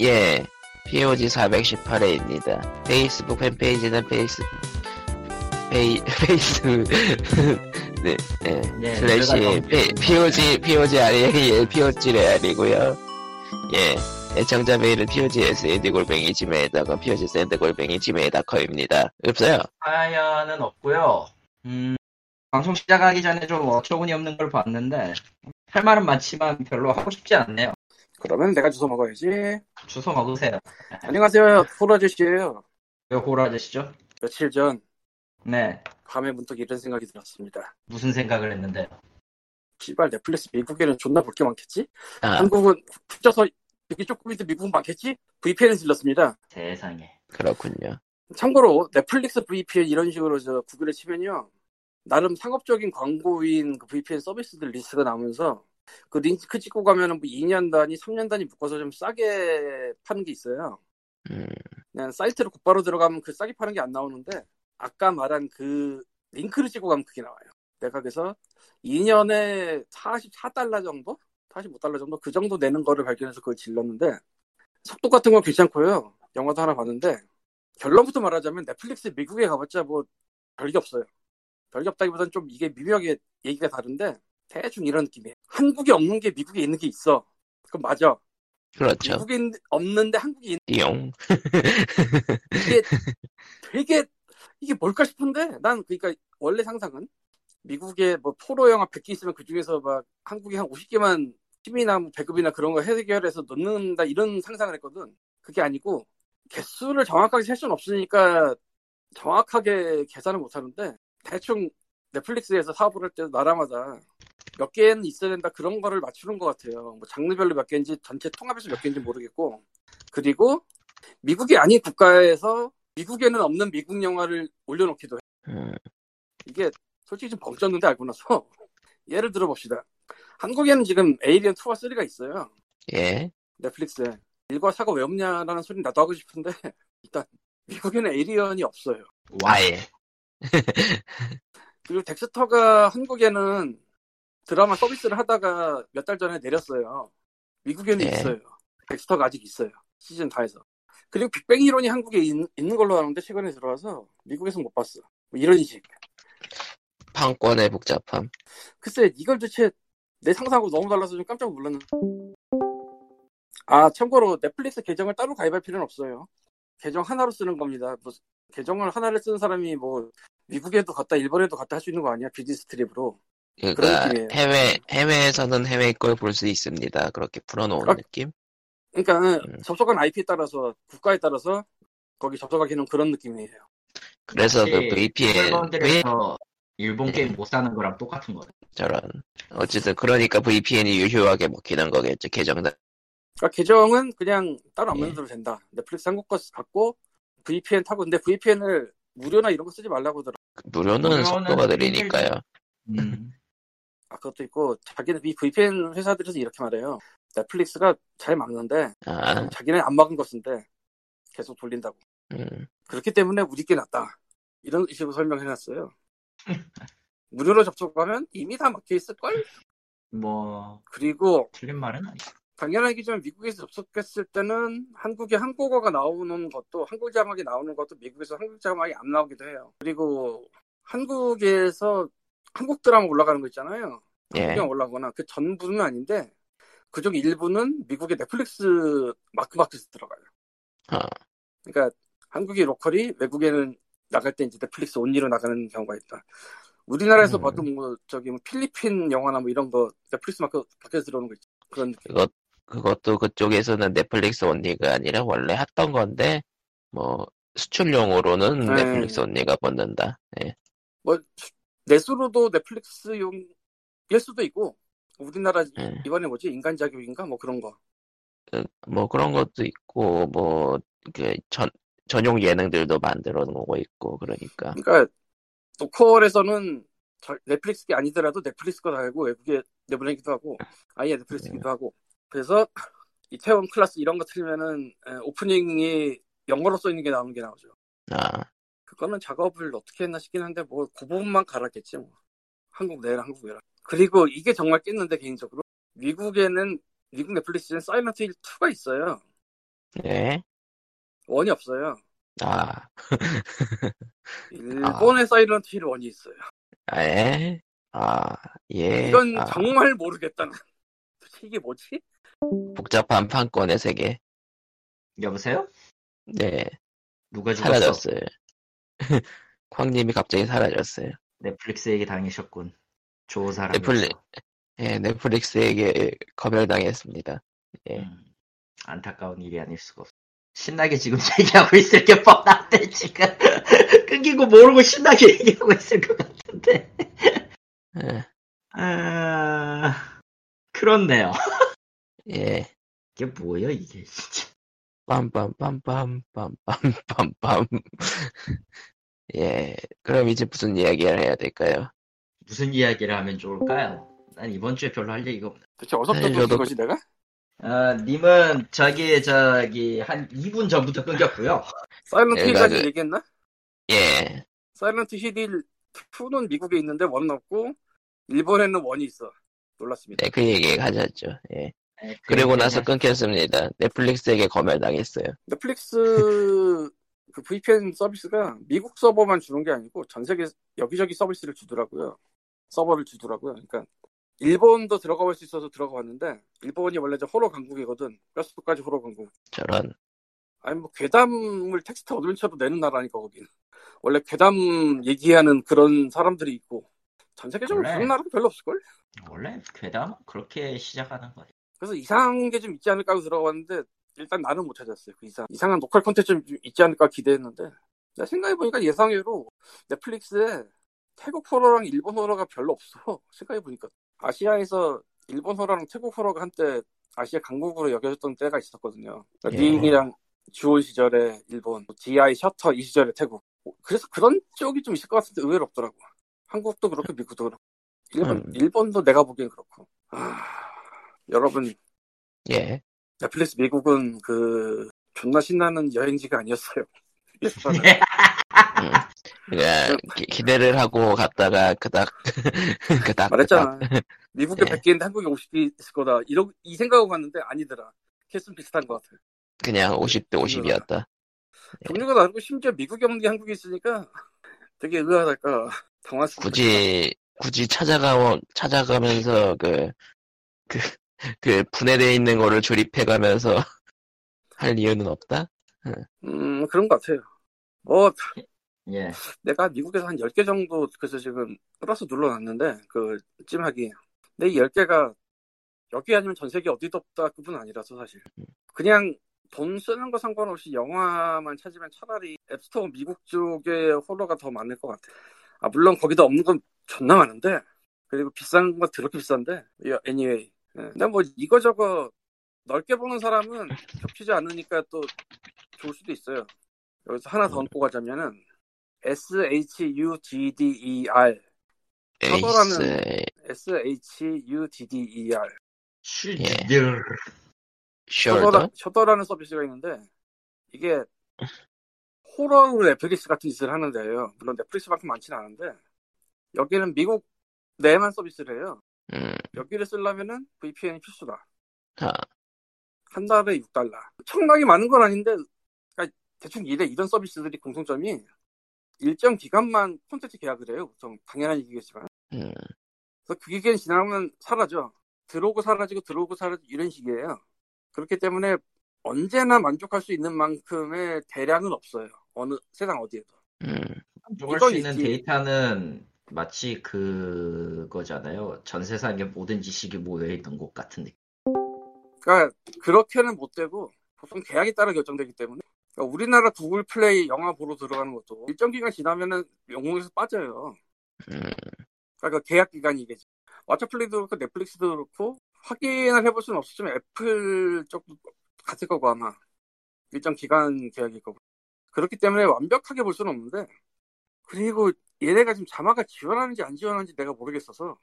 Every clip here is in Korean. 예, POG 418회입니다. 페이스북 팬페이지는 페이스, 페이, 페이스, 네, 네. 예, 슬래시, 내가 더- 페- POG, POG 아니, 예, POG 레알이고요 예, 애청자 메일은 POG SND 골뱅이 지메일닷컴, POG SND 골뱅이 지메일닷컴입니다. 없어요? 사연은 없고요. 음, 방송 시작하기 전에 좀 어처구니 없는 걸 봤는데 할 말은 많지만 별로 하고 싶지 않네요. 그러면 내가 주워 먹어야지. 주소 먹으세요. 안녕하세요. 폴 아저씨예요. 왜 호라 아저씨죠? 며칠 전 네. 밤에 문득 이런 생각이 들었습니다. 무슨 생각을 했는데요? 씨발 넷플릭스 미국에는 존나 볼 게 많겠지? 아, 한국은 훔쳐서 여기 조금인데 미국은 많겠지? VPN을 질렀습니다. 세상에. 그렇군요. 참고로 넷플릭스 VPN 이런 식으로 저 구글에 치면요. 나름 상업적인 광고인 그 VPN 서비스들 리스트가 나오면서 그 링크 찍고 가면은 뭐 2년 단위, 3년 단위 묶어서 좀 싸게 파는 게 있어요. 음, 그냥 사이트로 곧바로 들어가면 그 싸게 파는 게 안 나오는데 아까 말한 그 링크를 찍고 가면 그게 나와요. 내가 그래서 2년에 44달러 정도? 45달러 정도? 그 정도 내는 거를 발견해서 그걸 질렀는데 속도 같은 건 괜찮고요. 영화도 하나 봤는데 결론부터 말하자면 넷플릭스 미국에 가봤자 뭐 별게 없어요. 별게 없다기보단 좀 이게 미묘하게 얘기가 다른데 대충 이런 느낌이에요. 한국에 없는 게 미국에 있는 게 있어. 그건 맞아. 그렇죠. 미국에 있는- 없는데 한국에 있는 네. 띠용. 이게 되게 이게 뭘까 싶은데 난 그러니까 원래 상상은 미국에 뭐 포로 영화 100개 있으면 그 중에서 막 한국에 한 50개만 팀이나 뭐 배급이나 그런 거 해결해서 넣는다 이런 상상을 했거든. 그게 아니고 개수를 정확하게 셀 수는 없으니까 정확하게 계산을 못 하는데 대충 넷플릭스에서 사업을 할 때 나라마다 몇 개는 있어야 된다 그런 거를 맞추는 것 같아요. 뭐 장르별로 몇 개인지 전체 통합해서 몇 개인지 모르겠고 그리고 미국이 아닌 국가에서 미국에는 없는 미국 영화를 올려놓기도 해. 음, 이게 솔직히 좀 벙쪘는데 알고 나서 예를 들어봅시다. 한국에는 지금 에이리언 2와 3가 있어요. 예, 넷플릭스에. 1과 4가 왜 없냐라는 소리 나도 하고 싶은데 일단 미국에는 에이리언이 없어요. 아, 와, 와예. 그리고 덱스터가 한국에는 드라마 서비스를 하다가 몇 달 전에 내렸어요. 미국에는 예. 있어요. 덱스터가 아직 있어요. 시즌 다 해서. 그리고 빅뱅 이론이 한국에 있, 는 걸로 아는데 최근에 들어와서 미국에서 못 봤어. 뭐 이런 식식. 판권의 복잡함. 글쎄 이걸 도대체 내 상상하고 너무 달라서 좀 깜짝 놀랐는데 아 참고로 넷플릭스 계정을 따로 가입할 필요는 없어요 계정 하나로 쓰는 겁니다 뭐, 계정을 하나를 쓰는 사람이 뭐 미국에도 갔다 일본에도 갔다 할 수 있는 거 아니야 비디 스트립으로 그러니까 느낌이에요. 해외 해외에서는 해외 걸 볼 수 있습니다. 그렇게 풀어놓은 아, 느낌. 그러니까 음. 접속한 IP에 따라서 국가에 따라서 거기 접속하기는 그런 느낌이에요 그래서 그 혹시 VPN 왜 일본들에서 일본 네. 게임 못 사는 거랑 똑같은 거예요. 저런 어쨌든 그러니까 VPN이 유효하게 먹히는 거겠죠 계정 다 그러니까 계정은 그냥 따로 안 예. 만들어도 된다 넷플릭스 한국 거 갖고 VPN 타고 근데 VPN을 무료나 이런 거 쓰지 말라고 하더라 무료는 무료는 속도가 느리니까요. 음, 아, 그것도 있고, 자기는 이 VPN 회사들에서 이렇게 말해요. 넷플릭스가 잘 막는데, 아, 자기는 안 막은 것인데, 계속 돌린다고. 음, 그렇기 때문에 우리 게 낫다. 이런 식으로 설명해놨어요. 무료로 접속하면 이미 다 막혀있을걸? 뭐 그리고, 틀린 말은 아니죠. 당연한 얘기지만 미국에서 접속했을 때는 한국에 한국어가 나오는 것도 한국 자막이 나오는 것도 미국에서 한국 자막이 안 나오기도 해요. 그리고 한국에서 한국 드라마 올라가는 거 있잖아요. 예, 그냥 올라오거나 그 전부는 아닌데 그중 일부는 미국의 넷플릭스 마크마켓에 들어가요. 아. 그러니까 한국의 로컬이 외국에는 나갈 때 이제 넷플릭스 온리로 나가는 경우가 있다. 우리나라에서 음. 봐도 뭐 저기 뭐 필리핀 영화나 뭐 이런 거 넷플릭스 마크 밖에서 들어오는 거 있죠. 그런 느낌. 그것 그것도 그쪽에서는 넷플릭스 언니가 아니라 원래 했던 건데 뭐 수출용으로는 네. 넷플릭스 언니가 받는다. 예, 뭐 내수로도 넷플릭스용일 수도 있고 우리나라 예. 이번에 뭐지 인간 자격인가 뭐 그런 거. 그, 뭐 그런 것도 있고 뭐 그 전 전용 예능들도 만들어 놓고 있고 그러니까 그러니까 노컬에서는 절- 넷플릭스 게 아니더라도 넷플릭스 거 달고 외국에 내보내기도 하고 아예 넷플릭스기도 하고 그래서 이태원 클라스 이런 거 틀면은 에, 오프닝이 영어로 써 있는 게 나오는 게 나오죠. 아 그거는 작업을 어떻게 했나 싶긴 한데 뭐 그 부분만 갈았겠지 뭐 한국 내랑 한국 외랑 그리고 이게 정말 깼는데 개인적으로 미국에는 미국 넷플릭스는 사이먼트 힐 2가 있어요. 예. 원이 없어요. 아, 일본의 사이런트 힐 원이 있어요. 아, 예. 아, 예. 이건 아, 정말 모르겠다. 난. 도대체 이게 뭐지? 복잡한 판권의 세계. 여보세요? 네, 누가 그렇죠. 죽었어? 사라졌어요. 광님이 갑자기 사라졌어요. 넷플릭스에게 당하셨군. 좋은 사람. 넷플릭- 예, 넷플릭스에게 검열당했습니다. 예. 음, 안타까운 일이 아닐 수가 없어. 신나게 지금 얘기하고 있을 게 뻔한데 지금 끊기고 모르고 신나게 얘기하고 있을 것 같은데. 예, 아 그렇네요. 예. 이게 뭐야 이게 진짜. 빰빰빰빰빰빰빰빰. 예, 그럼 이제 무슨 이야기를 해야 될까요? 무슨 이야기를 하면 좋을까요? 난 이번 주에 별로 할 얘기가 없네. 도대체 네, 어디서부터 끊긴 저도- 거지 내가? 아 님은 저기 저기 한 2분 전부터 끊겼고요. 사이런트 내가 힐까지 그- 얘기했나? 예, 사이런트 힐 2는 미국에 있는데 원은 없고 일본에는 원이 있어. 놀랐습니다. 네, 그 얘기 하셨죠. 예. 네, 그 그리고 얘기는 나서 할- 끊겼습니다. 넷플릭스에게 검열당했어요. 넷플릭스 그 VPN 서비스가 미국 서버만 주는 게 아니고 전 세계 여기저기 서비스를 주더라고요. 서버를 주더라고요. 그러니까 일본도 들어가 볼 수 있어서 들어가 봤는데 일본이 원래 저 호러 강국이거든. 뼛속까지 호러 강국. 저런. 아니 뭐 괴담을 텍스트 어드벤처로 내는 나라니까 거기는 원래 괴담 얘기하는 그런 사람들이 있고 전 세계적으로 원래. 그런 나라가 별로 없을걸? 원래 괴담 그렇게 시작하는 거예요. 그래서 이상한 게 좀 있지 않을까 하고 들어갔는데 일단 나는 못 찾았어요 그 이상 이상한 로컬 콘텐츠 좀 있지 않을까 기대했는데 나 생각해보니까 예상외로 넷플릭스에 태국 호러랑 일본 호러가 별로 없어 생각해보니까 아시아에서 일본 호러랑 태국 호러가 한때 아시아 강국으로 여겨졌던 때가 있었거든요 예. 그러니까 링이랑 주온 시절에 일본 DI 셔터 이 시절에 태국 그래서 그런 쪽이 좀 있을 것 같은데 의외로 없더라고 한국도 그렇고 미국도 그렇고 일본, 네. 음. 일본도 내가 보기엔 그렇고 아, 여러분 예. 넷플릭스 미국은 그 존나 신나는 여행지가 아니었어요. 일단은. 음. 그냥 예, 기, 기대를 하고 갔다가 그닥 그닥 말했잖아. 미국에 예. 100개인데 한국에 50개 있을 거다. 이러, 이 생각하고 갔는데 아니더라. 케이스는 비슷한 것 같아요. 그냥 50대 음. 50이었다. 네. 종류가 다르고 심지어 미국에 없는 게 한국에 있으니까 되게 의아하달까. 당황스럽다. 굳이 굳이 찾아가 찾아가면서 그 그, 그 분해돼 있는 거를 조립해 가면서 할 이유는 없다. 음, 그런 것 같아요. 뭐, 예. 내가 미국에서 한 10개 정도 그래서 지금 플러스 눌러놨는데 그 찜하기 근데 이 10개가 여기 아니면 전 세계 어디도 없다 그분 아니라서 사실 그냥 돈 쓰는 거 상관없이 영화만 찾으면 차라리 앱스토어 미국 쪽에 호러가 더 많을 것 같아 아 물론 거기다 없는 건 존나 많은데 그리고 비싼 건 더럽게 비싼데 예, anyway 예. 근데 뭐 이거저거 넓게 보는 사람은 겹치지 않으니까 또 좋을 수도 있어요 여기서 하나 더 얹고 가자면은 SHUDDER 커버라는- 에이스 SHUDDER 슈들 숄더. 셔더라, 셔더라는 서비스가 있는데 이게 호러 넷플릭스 같은 짓을 하는데요 물론 넷플릭스만큼 많지는 않은데 여기는 미국 내만 서비스를 해요 음. 여기를 쓰려면은 VPN이 필수다 아. 한 달에 6달러 청각이 많은 건 아닌데 그러니까 대충 이래 이런 서비스들이 공통점이 일정 기간만 콘텐츠 계약을 해요 보통 당연한 얘기겠지만 음. 그래서 그 기간 지나면 사라져. 들어오고 사라지고 들어오고 사라지고 이런 식이에요. 그렇기 때문에 언제나 만족할 수 있는 만큼의 대량은 없어요. 어느 세상 어디에도. 음. 만족할 이건 수 있는 있지. 데이터는 마치 그거잖아요. 전 세상에 모든 지식이 모여 있는 곳 같은 느낌. 그러니까 그렇게는 못 되고 보통 계약에 따라 결정되기 때문에 그러니까 우리나라 구글 플레이 영화 보러 들어가는 것도 일정 기간 지나면은 영웅에서 빠져요. 음. 그러니까 그 계약 기간이겠지. 왓챠플레이도 그렇고 넷플릭스도 그렇고 확인을 해볼 수는 없었지만 애플 쪽도 같을 거고 아마 일정 기간 계약일 거고 그렇기 때문에 완벽하게 볼 수는 없는데 그리고 얘네가 지금 자막을 지원하는지 안 지원하는지 내가 모르겠어서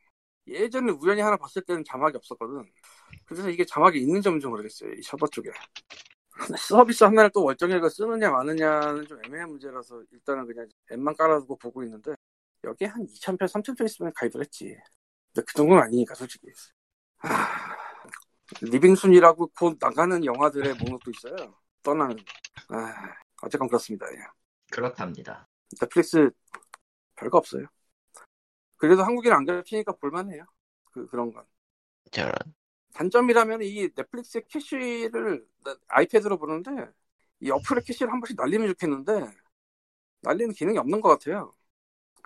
예전에 우연히 하나 봤을 때는 자막이 없었거든 그래서 이게 자막이 있는지 없는지 모르겠어요 이 셔터 쪽에 서비스 하나를 또 월정액을 쓰느냐 마느냐는 좀 애매한 문제라서 일단은 그냥 앱만 깔아두고 보고 있는데 여기 한 2,000편, 3,000편 있으면 가입을 했지. 근데 그 정도는 아니니까, 솔직히. 아, 하... 리빙순이라고 곧 나가는 영화들의 목록도 있어요. 떠나는. 아, 어쨌건 그렇습니다. 예. 그렇답니다. 넷플릭스 별거 없어요. 그래도 한국인 안 가르치니까 볼만해요. 그, 그런 건. 저런. 단점이라면 이 넷플릭스의 캐시를 나- 아이패드로 보는데 이 어플의 캐시를 한 번씩 날리면 좋겠는데 날리는 기능이 없는 것 같아요.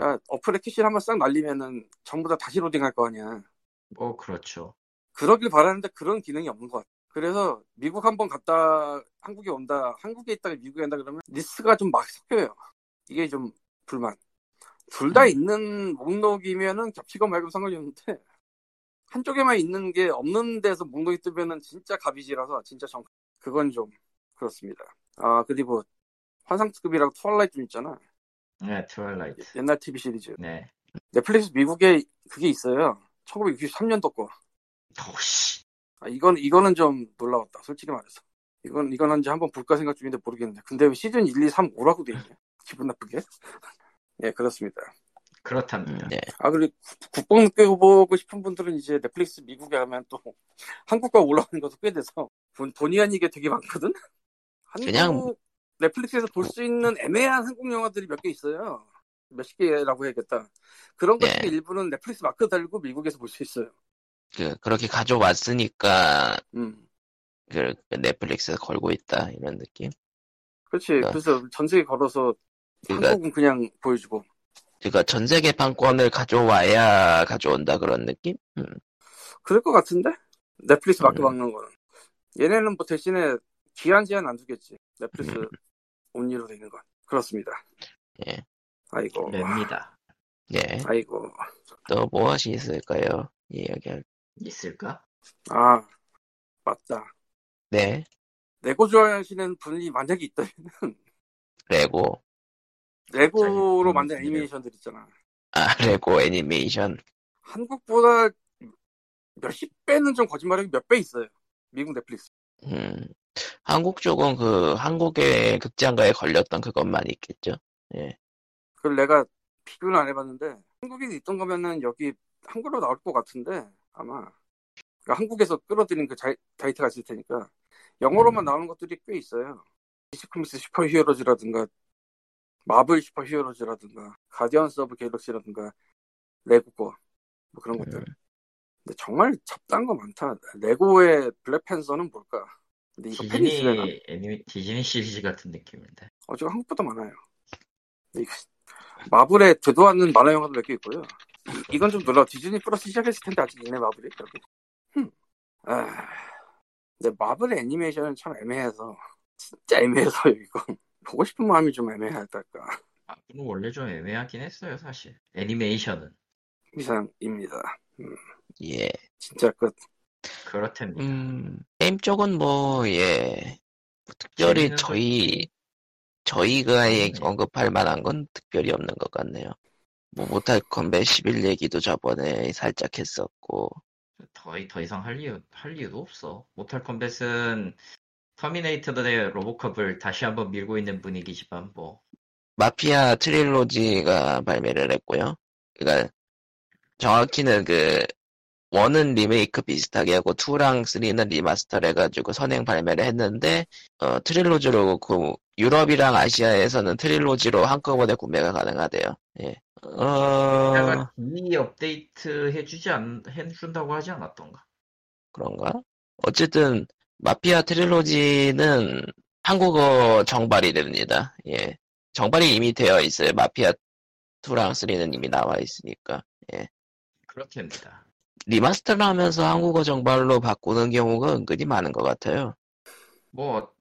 그러니까 어플의 캐시를 한 번 싹 날리면은 전부 다 다시 로딩할 거 아니야. 뭐 그렇죠. 그러길 바라는데 그런 기능이 없는 것 같아. 그래서 미국 한 번 갔다 한국에 온다, 한국에 있다가 미국에 온다 그러면 리스트가 좀 막 섞여요. 이게 좀 불만. 둘 다 음. 있는 목록이면은 겹치건 말건 상관이 없는데 한쪽에만 있는 게 없는 데서 목록이 뜨면은 진짜 갑이지라서 진짜 정 그건 좀 그렇습니다. 아 그리고 환상급이랑 트와일라이트 좀 있잖아 네, 트와일라이트. 옛날 TV 시리즈 네. 넷플릭스 미국에 그게 있어요 1963년도 거 도시. 아, 이건, 이거는 좀 놀라웠다. 솔직히 말해서. 이건, 이건 한지 한번 볼까 생각 중인데 모르겠네. 근데 왜 시즌 1, 2, 3, 5라고 돼 있냐? 기분 나쁘게? 예, 그렇습니다. 음, 그렇답니다. 네. 아, 그리고 구- 국뽕 느껴보고 싶은 분들은 이제 넷플릭스 미국에 가면 또 한국과 올라오는 것도 꽤 돼서 본, 본의 아니게 되게 많거든? 한국, 그냥- 넷플릭스에서 볼 수 있는 애매한 한국 영화들이 몇 개 있어요. 몇십 개라고 해야겠다. 그런 것 중에 네. 일부는 넷플릭스 마크 달고 미국에서 볼 수 있어요. 그, 그렇게 가져왔으니까, 음. 그, 넷플릭스에 걸고 있다. 이런 느낌? 그렇지. 그러니까- 그래서 전 세계 걸어서 그러니까- 한국은 그냥 보여주고. 그니까 그러니까 전 세계 판권을 가져와야 가져온다. 그런 느낌? 음, 그럴 것 같은데? 넷플릭스 음. 맡겨 박는 거는. 얘네는 뭐 대신에 기한 제한 안 두겠지. 넷플릭스 음. 온리로 돼 있는 건. 그렇습니다. 예. 아이고. 네. 랩니다. 예. 아이고. 또 무엇이 있을까요? 이야기할. 있을까? 아, 맞다. 네. 레고 좋아하시는 분이 만약에 있다면 레고. 갑자기 레고로 무슨 만든 일이에요? 애니메이션들 있잖아. 아, 레고 애니메이션. 한국보다 몇십 배는 좀 거짓말이고 몇 배 있어요. 미국 넷플릭스. 음, 한국 쪽은 그 한국의 극장가에 걸렸던 그것만 있겠죠. 그걸 내가 비교는 안 해봤는데 한국인이 있던 거면은 여기 한글로 나올 것 같은데 아마 그러니까 한국에서 끌어들인 그 자이, 트가 있을 테니까 영어로만 음. 나오는 나오는 것들이 꽤 있어요. 디스 코믹스 슈퍼 히어로즈라든가 마블 슈퍼 히어로즈라든가 가디언스 오브 갤럭시라든가 레고 거뭐 그런 것들 음. 근데 정말 잡다한 거 많다. 레고의 블랙팬서는 뭘까? 근데 이거 팬이 있으려나? 디즈니 애니 디즈니 시리즈 같은 느낌인데. 어제가 한국보다 많아요. 근데 이거 마블에 되도 않는 만화 영화도 몇 개 있고요. 이- 이건 좀 놀라. 디즈니 플러스 시작했을 텐데 아직 있네 마블이. 결국. 흠. 아, 근데 마블의 애니메이션은 참 애매해서 진짜 애매해서 이거 보고 싶은 마음이 좀 애매하달까 아, 그건 원래 좀 애매하긴 했어요, 사실. 애니메이션은 이상입니다. 예. 진짜 그 끝. 그렇답니다. 음, 게임 쪽은 뭐, 예. 특별히 재밌는 저희, 저희가 네. 얘기- 언급할 만한 건 특별히 없는 것 같네요. 뭐, 모탈 컴뱃 11 얘기도 저번에 살짝 했었고, 더, 더 이상 할 이유 할 이유도 없어. 모탈 컴뱃은 터미네이터 대 로보캅을 다시 한번 밀고 있는 분위기지만 뭐 마피아 트릴로지가 발매를 했고요. 그니까, 정확히는 그, 원은 리메이크 비슷하게 하고, 2랑 3는 리마스터를 해가지고 선행 발매를 했는데, 어, 트릴로지로, 그, 유럽이랑 아시아에서는 트릴로지로 한꺼번에 구매가 가능하대요. 예. 어, 내가 이 업데이트 해주지 않 해준다고 하지 않았던가? 그런가? 어쨌든, 마피아 트릴로지는 한국어 정발이 됩니다. 예. 정발이 이미 되어 있어요. 마피아 2랑 3는 이미 나와 있으니까. 그렇답니다. 리마스터를 하면서 한국어 정발로 바꾸는 경우가 은근히 많은 것 같아요. 뭐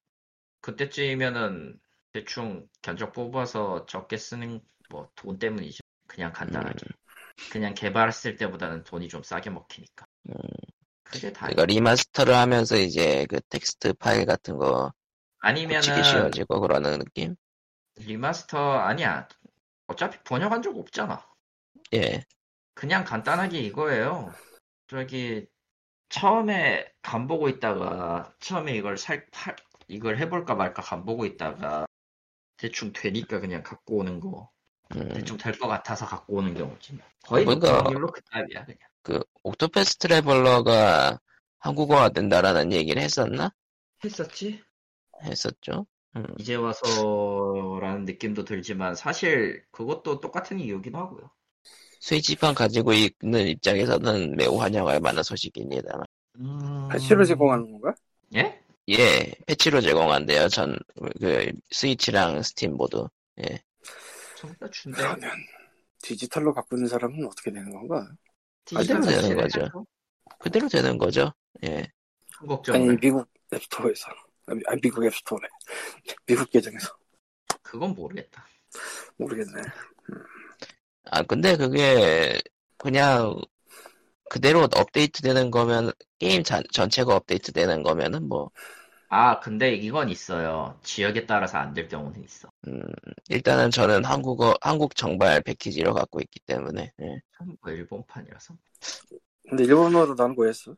그때쯤이면은 대충 견적 뽑아서 적게 쓰는 뭐 돈 때문이죠. 그냥 음. 간단하게 그냥 개발했을 때보다는 돈이 좀 싸게 먹히니까. 음. 그게 다야. 그러니까 리마스터를 하면서 이제 그 텍스트 파일 같은 거 고치기 아니면은 쉬워지고 그러는 느낌? 리마스터 아니야. 어차피 번역한 적 없잖아. 예. 그냥 간단하게 이거예요. 저기 처음에 간 보고 있다가 처음에 이걸 살 팔- 이걸 해볼까 말까 간 보고 있다가 대충 되니까 그냥 갖고 오는 거 음, 뭐, 대충 될 것 같아서 갖고 오는 경우지. 뭐. 거의 뭔가- 높은 확률로 그 답이야 그냥. 그 옥토패스 트래블러가 한국어가 된다라는 얘기를 했었나? 했었지? 했었죠. 음. 이제 와서라는 느낌도 들지만 사실 그것도 똑같은 이유긴 하고요. 스위치판 가지고 있는 입장에서는 매우 환영할 만한 소식입니다. 음... 패치로 제공하는 건가? 예? 예, 패치로 제공한대요. 전, 그, 스위치랑 스팀 모두. 전부 다 준대. 아, 네. 그러면 디지털로 바꾸는 사람은 어떻게 되는 건가? 디지털 되는 자체를 거죠. 해야죠. 그대로 되는 거죠. 예. 아니 한국적으로. 미국 앱스토어에서 아니 아니, 미국 앱스토어래 미국 계정에서 그건 모르겠다. 모르겠네. 아, 근데 그게 그냥 그대로 업데이트 되는 거면, 게임 자- 전체가 업데이트 되는 거면은 뭐, 아, 근데 이건 있어요. 지역에 따라서 안 될 경우는 있어. 음, 일단은 저는 한국어, 한국 정발 패키지로 갖고 있기 때문에, 예. 한국 일본판이라서. 근데 일본어로 나온 거였어?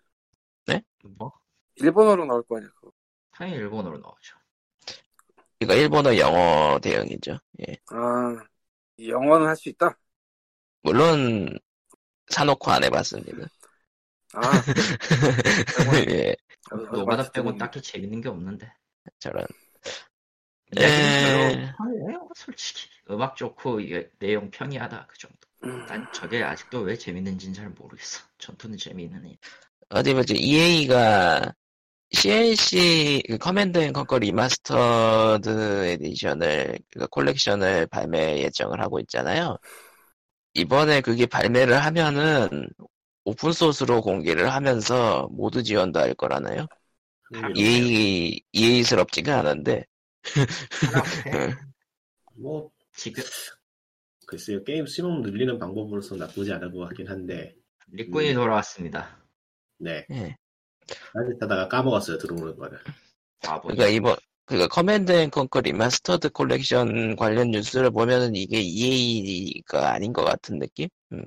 뭐? 일본어로 나올 거 아니야? 그거. 당연히 일본어로 나오죠. 그러니까 일본어 영어 대응이죠. 예. 아 영어는 할 수 있다. 물론, 사놓고 안 해봤습니다. 아 예, 노가다 빼고 딱히 재밌는 게 없는데. 저런. 이야기는 예. 별로 편해요, 솔직히. 음악 좋고 이게 내용 평이하다 그 정도. 음, 난 저게 아직도 왜 재밌는지는 잘 모르겠어. 전투는 재미있는 일. 어디 보지, E EA가 CLC, 그 커맨드 앤 컨커 리마스터드 에디션을, 그 콜렉션을 발매 예정을 하고 있잖아요. 이번에 그게 발매를 하면은, 오픈소스로 공개를 하면서 모두 지원도 할 거라네요. E 바로 EA, EA스럽지가 않은데, 하라고 해. 뭐 지금 글쎄요 게임 수명 늘리는 방법으로서 나쁘지 않을 것 같긴 한데 리꾼이 음. 돌아왔습니다. 네 예. 따뜻하다가 까먹었어요 들어오는 거를 바보. 그러니까 이번 그러니까 커맨드 앤 컨커 리마스터드 콜렉션 관련 뉴스를 보면은 이게 EA가 아닌 것 같은 느낌? 음.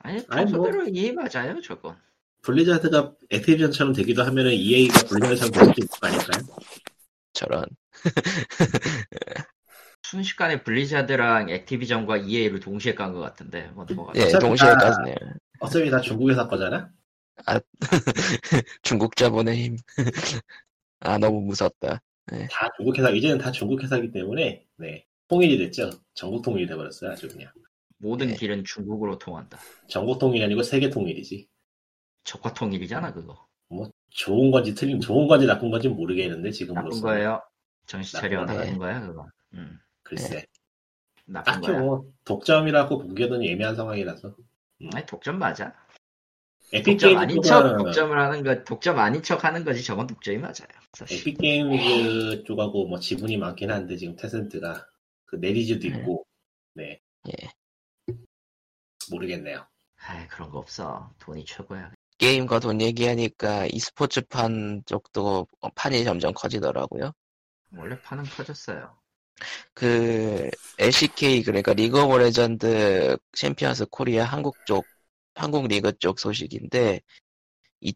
아니 아니, 뭐. 평소대로 이해 맞아요 저건. 블리자드가 액티비전처럼 되기도 하면은 EA가 블리자드처럼 될 수도 있을 거 아닐까요? 저런 순식간에 블리자드랑 액티비전과 EA를 동시에 깐 것 같은데 뭐 넘어가. 예 어차피 동시에 다- 까지네요 어차피 다 중국에서 거잖아? 중국 자본의 힘아 너무 무섭다 다 중국 회사 이제는 다 중국 회사이기 때문에 네 통일이 됐죠 전국 통일이 돼버렸어요 아주 그냥 모든 예. 길은 중국으로 통한다. 전국 통일이 아니고 세계 통일이지 적화 통일이잖아 그거. 좋은 건지 틀린 좋은 건지 나쁜 건지 모르겠는데 나쁜 지금으로서 거예요. 정신 차려 음, 나쁜 나쁜 거야 그거. 음 글쎄 나쁜 딱히 거야. 뭐 독점이라고 보기에는 애매한 상황이라서 아니 독점 맞아. 에픽 독점 아닌 척 게임즈보다는 독점을 하는 거 독점 아닌 척 하는 거지 저건 독점이 맞아요. 사실. 에픽 게임즈 뭐 쪽하고 뭐 지분이 많긴 한데 지금 테센트가 그 내리즈도 있고 네 음. 예. 모르겠네요. 아 그런 거 없어. 돈이 최고야. 게임과 돈 얘기하니까 e스포츠판 쪽도 판이 점점 커지더라고요 원래 파는 커졌어요. 그 LCK 그러니까 리그 오브 레전드 챔피언스 코리아 한국 쪽 한국 리그 쪽 소식인데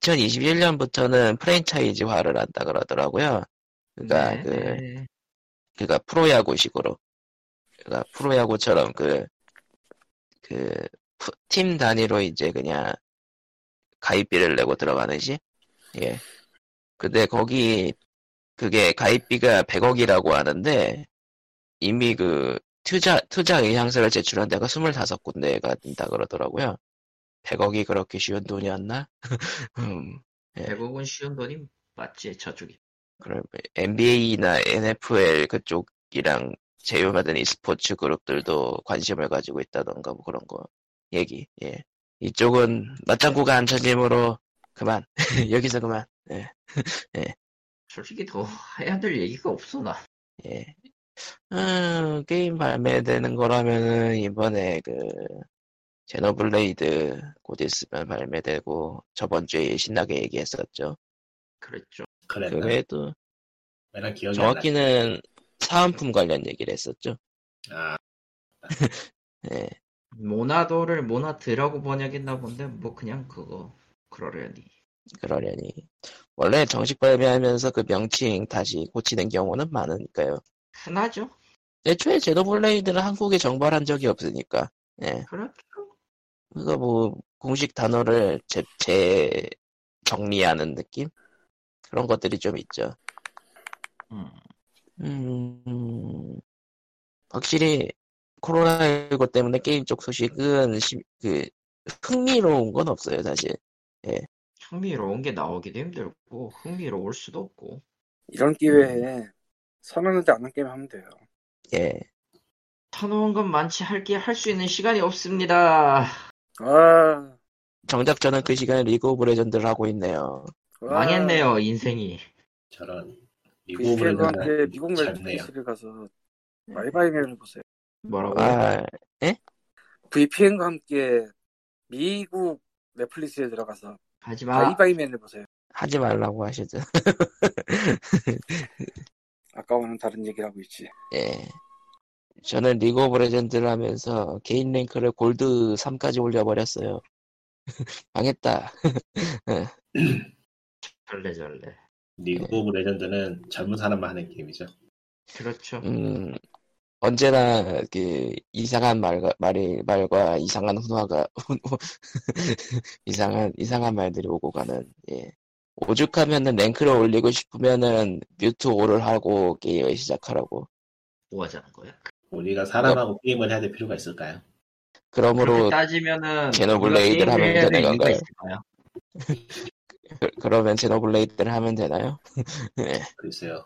2021년부터는 프랜차이즈화를 한다 그러더라고요. 그러니까 네, 그 네. 그러니까 프로야구식으로 그러니까 프로야구처럼 그 그 팀 단위로 이제 그냥 가입비를 내고 들어가는 시 예. 근데 거기 그게 가입비가 100억이라고 하는데 이미 그 투자 투자 의향서를 제출한 데가 25군데가 된다 그러더라고요. 100억이 그렇게 쉬운 돈이었나? 음. 네. 대부분 쉬운 돈이 맞지 저쪽이. 그럼 NBA나 NFL 그쪽이랑 제휴받은 e스포츠 그룹들도 관심을 가지고 있다던가 뭐 그런 거 얘기. 예. 이쪽은 맞장구가 안 쳐지므로 그만 여기서 그만. 솔직히 더 해야 될 얘기가 없어 나. 예. 음, 게임 발매되는 거라면은 이번에 그 제노블레이드 곧 있으면 발매되고 저번 주에 신나게 얘기했었죠. 그랬죠. 그 그랬나? 외에도 왜난 기억이 안 나. 정확히는 사은품 관련 얘기를 했었죠. 아, 예. 모나도를 모나드라고 번역했나 본데 뭐 그냥 그거 그러려니. 그러려니 원래 정식 발매하면서 그 명칭 다시 고치는 경우는 많으니까요. 흔하죠. 애초에 제노블레이드는 한국에 정발한 적이 없으니까 예 그렇죠. 그거 뭐 공식 단어를 재, 재 정리하는 느낌 그런 것들이 좀 있죠. 음. 음, 확실히 코로나19 때문에 게임 쪽 소식은 시- 그 흥미로운 건 없어요, 사실. 흥미로운 게 나오기도 힘들고 흥미로울 수도 없고 이런 기회에 음. 선언하지 않는 게임 하면 돼요. 예. 터놓은 건 많지 할 게 할 수 있는 시간이 없습니다. 아, 정작 저는 그 시간에 리그 오브 레전드를 하고 있네요. 와. 망했네요 인생이. 저런 그 미국 시계가 이제 브랜드는 미국 멜트 짧네요. PC를 가서 마이바이메를 보세요. 뭐라고? 아, VPN과 함께 미국 넷플릭스에 들어가서 아. 하지마. 마이바이메를 보세요. 하지 말라고 하시죠. 아까와는 다른 얘기를 하고 있지. 예. 저는 리그 오브 레전드를 하면서 개인 랭크를 골드 3까지 올려버렸어요. 망했다. 절레절레. 리그 오브 예. 레전드는 젊은 사람만 하는 게임이죠. 그렇죠. 음, 언제나 그 이상한 말과, 말이, 말과 이상한 훈화가, 훈, 후- 이상한, 이상한 말들이 오고 가는, 예. 오죽하면은 랭크를 올리고 싶으면은 뮤트 오를 하고 게임을 시작하라고. 뭐 하자는 거야? 우리가 사람하고 게임을 해야 될 필요가 있을까요? 그렇게 그러므로 따지면은 제노블레이드를 우리가 하면 게임을 해야 될 되는 이유가 건가요? 있을까요? 그, 그러면 제노블레이드를 하면 되나요? 글쎄요.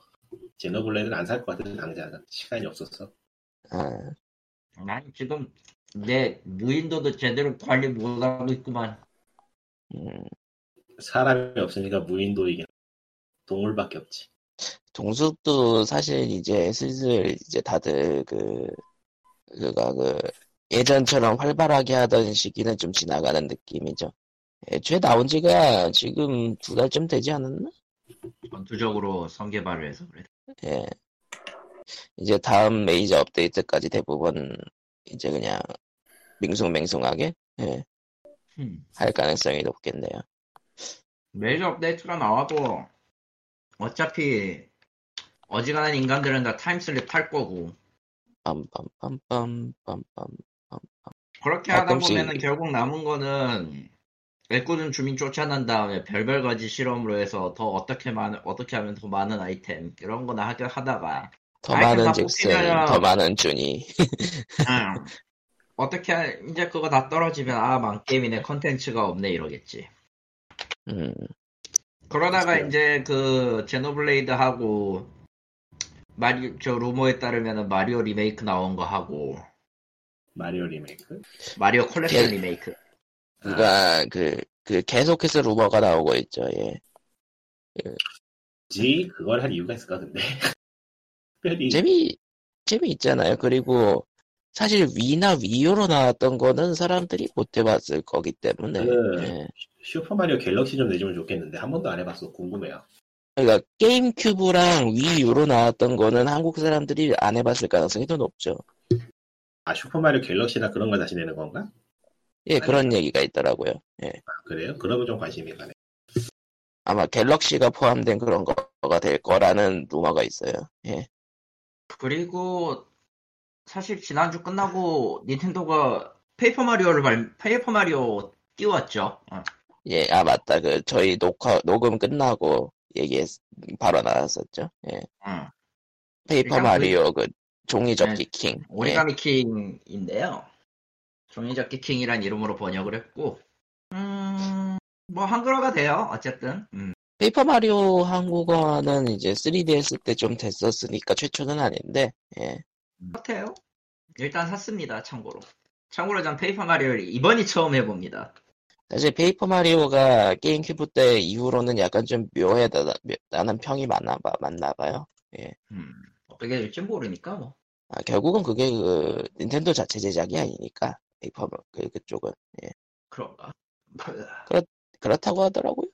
제노블레드는 안 살 것 같은데 당장 시간이 없어서 아, 난 지금 내 무인도도 제대로 관리 못하고 있구만. 음, 사람이 없으니까 무인도이긴 동물밖에 없지. 동숲도 사실 이제 슬슬 이제 다들 그 그가 그 예전처럼 활발하게 하던 시기는 좀 지나가는 느낌이죠. 애초에 나온 지가 지금 두 달쯤 되지 않았나? 전투적으로 성개발을 해서 그래. 예. 이제 다음 메이저 업데이트까지 대부분 이제 그냥 맹송맹송하게 예. 흠. 할 가능성이 높겠네요. 메이저 업데이트가 나와도 어차피 어지간한 인간들은 다 타임슬립 탈 거고 빰빰빰빰빰빰. 그렇게 하다 가끔씩- 보면은 결국 남은 거는 애꿎은 주민 쫓아난 다음에 별별 가지 실험으로 해서 더 어떻게 많은 어떻게 하면 더 많은 아이템 이런 거나 하긴 하다가 더 아이템 많은 다 잭슨, 뽑히면은- 더 많은 준이. 응. 어떻게 하- 이제 그거 다 떨어지면 아망 게임이네 컨텐츠가 없네 이러겠지 음, 그러다가 그렇죠. 이제 그 제노블레이드 하고 마리 저 루머에 따르면은 마리오 리메이크 나온 거 하고 마리오 리메이크. 마리오 컬렉션 예. 리메이크 아, 그가 그, 그 계속해서 루머가 나오고 있죠. 예. 굳이 그걸 할 이유가 있을까 근데. 특별히 재미 재미 있잖아요. 그리고 사실 위나 위유로 나왔던 거는 사람들이 못 해봤을 거기 때문에 그- 예. 슈퍼마리오 갤럭시 좀 내주면 좋겠는데 한 번도 안 해봤어 궁금해요. 그러니까 게임 큐브랑 위유로 나왔던 거는 한국 사람들이 안 해봤을 가능성이 더 높죠. 아 슈퍼마리오 갤럭시나 그런 걸 다시 내는 건가? 예 그런 얘기가 있더라고요. 예. 아, 그래요? 그러면 좀 관심이 가네. 아마 갤럭시가 포함된 그런 거가 될 거라는 루머가 있어요. 예. 그리고 사실 지난주 끝나고 닌텐도가 페이퍼 마리오를 발 페이퍼 마리오 띄웠죠. 어. 예, 아 맞다. 그 저희 녹화 녹음 끝나고 얘기했 바로 나왔었죠. 예. 어. 페이퍼 일단 뭐 네, 마리오 그 종이 접기 킹. 예. 오리가미 킹인데요. 종이접기 킹이란 이름으로 번역을 했고, 음, 뭐 한글화가 돼요. 어쨌든, 음, 페이퍼 마리오 한국어는 이제 3DS 때 좀 됐었으니까 최초는 아닌데, 예. 그렇대요. 일단 샀습니다. 참고로. 참고로 전 페이퍼 마리오를 이번이 처음 해봅니다. 사실 페이퍼 마리오가 게임 큐브 때 이후로는 약간 좀 묘해다, 나는 평이 많나 봐, 맞나 봐요. 음, 어떻게 될지 모르니까 뭐. 아, 결국은 그게 그, 닌텐도 자체 제작이 아니니까, 페이퍼, 마- 그, 그쪽은. 그런가. 그렇다고 하더라고요.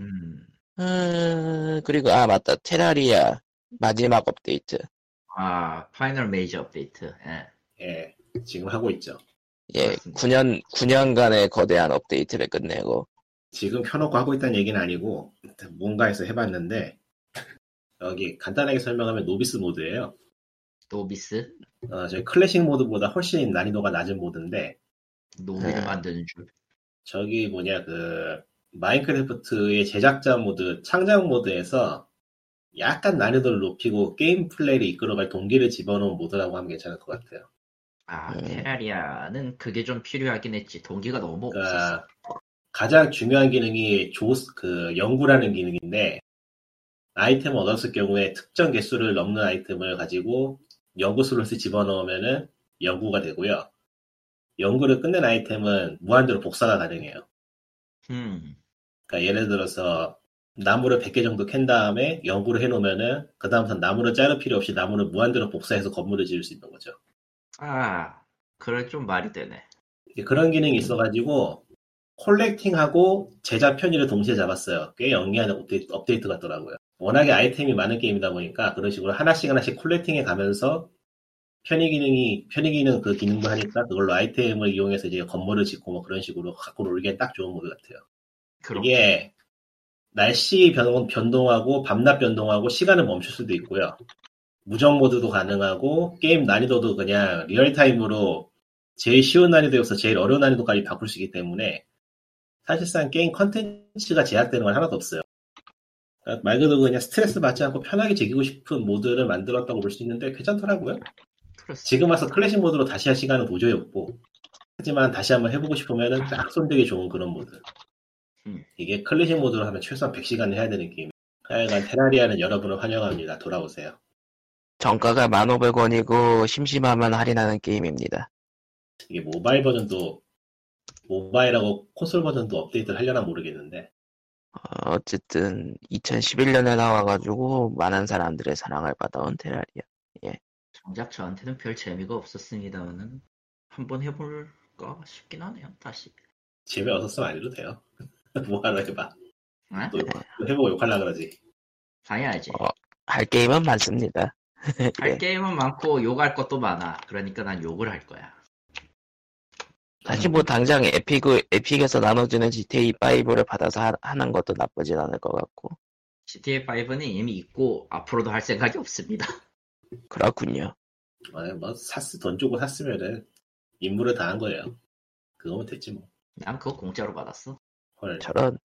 음, 음, 그리고, 아, 맞다. 테라리아, 마지막 업데이트. 아, 파이널 메이저 업데이트. 예. 예, 지금 하고 있죠. 예, 그렇습니다. 9년, 9년간의 거대한 업데이트를 끝내고, 지금 켜놓고 하고 있다는 얘기는 아니고 뭔가에서 해봤는데 여기 간단하게 설명하면 노비스 모드예요. 노비스, 어, 저희 클래식 모드보다 훨씬 난이도가 낮은 모드인데 노비를 네. 만드는 줄. 저기 뭐냐 그 마인크래프트의 제작자 모드 창작 모드에서 약간 난이도를 높이고 게임 플레이를 이끌어갈 동기를 집어넣은 모드라고 하면 괜찮을 것 같아요. 아, 네. 음. 테라리아는 그게 좀 필요하긴 했지. 동기가 너무 없었어. 그러니까 가장 중요한 기능이 조스 그 연구라는 기능인데 아이템을 얻었을 경우에 특정 개수를 넘는 아이템을 가지고 연구 슬롯에 집어넣으면은 연구가 되고요. 연구를 끝낸 아이템은 무한대로 복사가 가능해요. 음. 그러니까 예를 들어서 나무를 100개 정도 캔 다음에 연구를 해놓으면은 그 다음부터 나무를 자를 필요 없이 나무를 무한대로 복사해서 건물을 지을 수 있는 거죠. 아, 그래 좀 말이 되네. 이제 그런 기능이 있어가지고 콜렉팅하고 제작 편의를 동시에 잡았어요. 꽤 영리한 업데이트, 업데이트 같더라고요. 워낙에 아이템이 많은 게임이다 보니까 그런 식으로 하나씩 하나씩 콜렉팅해 가면서 편의 기능이 편의 기능 그 기능도 하니까 그걸로 아이템을 이용해서 이제 건물을 짓고 뭐 그런 식으로 갖고 놀기엔 딱 좋은 모드 같아요. 그럼 이게 날씨 변, 변동하고 밤낮 변동하고 시간을 멈출 수도 있고요. 무정 모드도 가능하고 게임 난이도도 그냥 리얼타임으로 제일 쉬운 난이도에서 제일 어려운 난이도까지 바꿀 수 있기 때문에 사실상 게임 컨텐츠가 제약되는 건 하나도 없어요. 그러니까 말 그대로 그냥 스트레스 받지 않고 편하게 즐기고 싶은 모드를 만들었다고 볼 수 있는데 괜찮더라고요. 그렇습니다. 지금 와서 클래식 모드로 다시 할 시간은 도저히 없고 하지만 다시 한번 해보고 싶으면은 딱 손대기 좋은 그런 모드 음. 이게 클래식 모드로 하면 최소한 100시간을 해야 되는 게임 하여간 테라리아는 여러분을 환영합니다 돌아오세요 정가가 1,500원이고 심심하면 할인하는 게임입니다. 이게 모바일 버전도 모바일하고 콘솔 버전도 업데이트를 하려나 모르겠는데 어, 어쨌든 2011년에 나와가지고 많은 사람들의 사랑을 받아온 테라리아. 정작 저한테는 별 재미가 없었습니다만은 한번 해볼까 싶긴 하네요. 다시. 집에 와서 쓰면 안 해도 돼요 뭐하러 해봐 아? 또, 아, 욕- 또 해보고 욕하려 그러지 봐야지. 어, 할 게임은 많습니다. 할 네. 예. 게임은 많고 욕할 것도 많아. 그러니까 난 욕을 할 거야. 사실 뭐 당장 에픽, 에픽에서 나눠주는 GTA 5를 받아서 하, 하는 것도 나쁘진 않을 것 같고 GTA 5는 이미 있고 앞으로도 할 생각이 없습니다. 그렇군요. 아니, 뭐 샀, 돈 주고 샀으면은 임무를 다 한 거예요 그거면 됐지 뭐. 난 그거 공짜로 받았어. 뭐헐 저런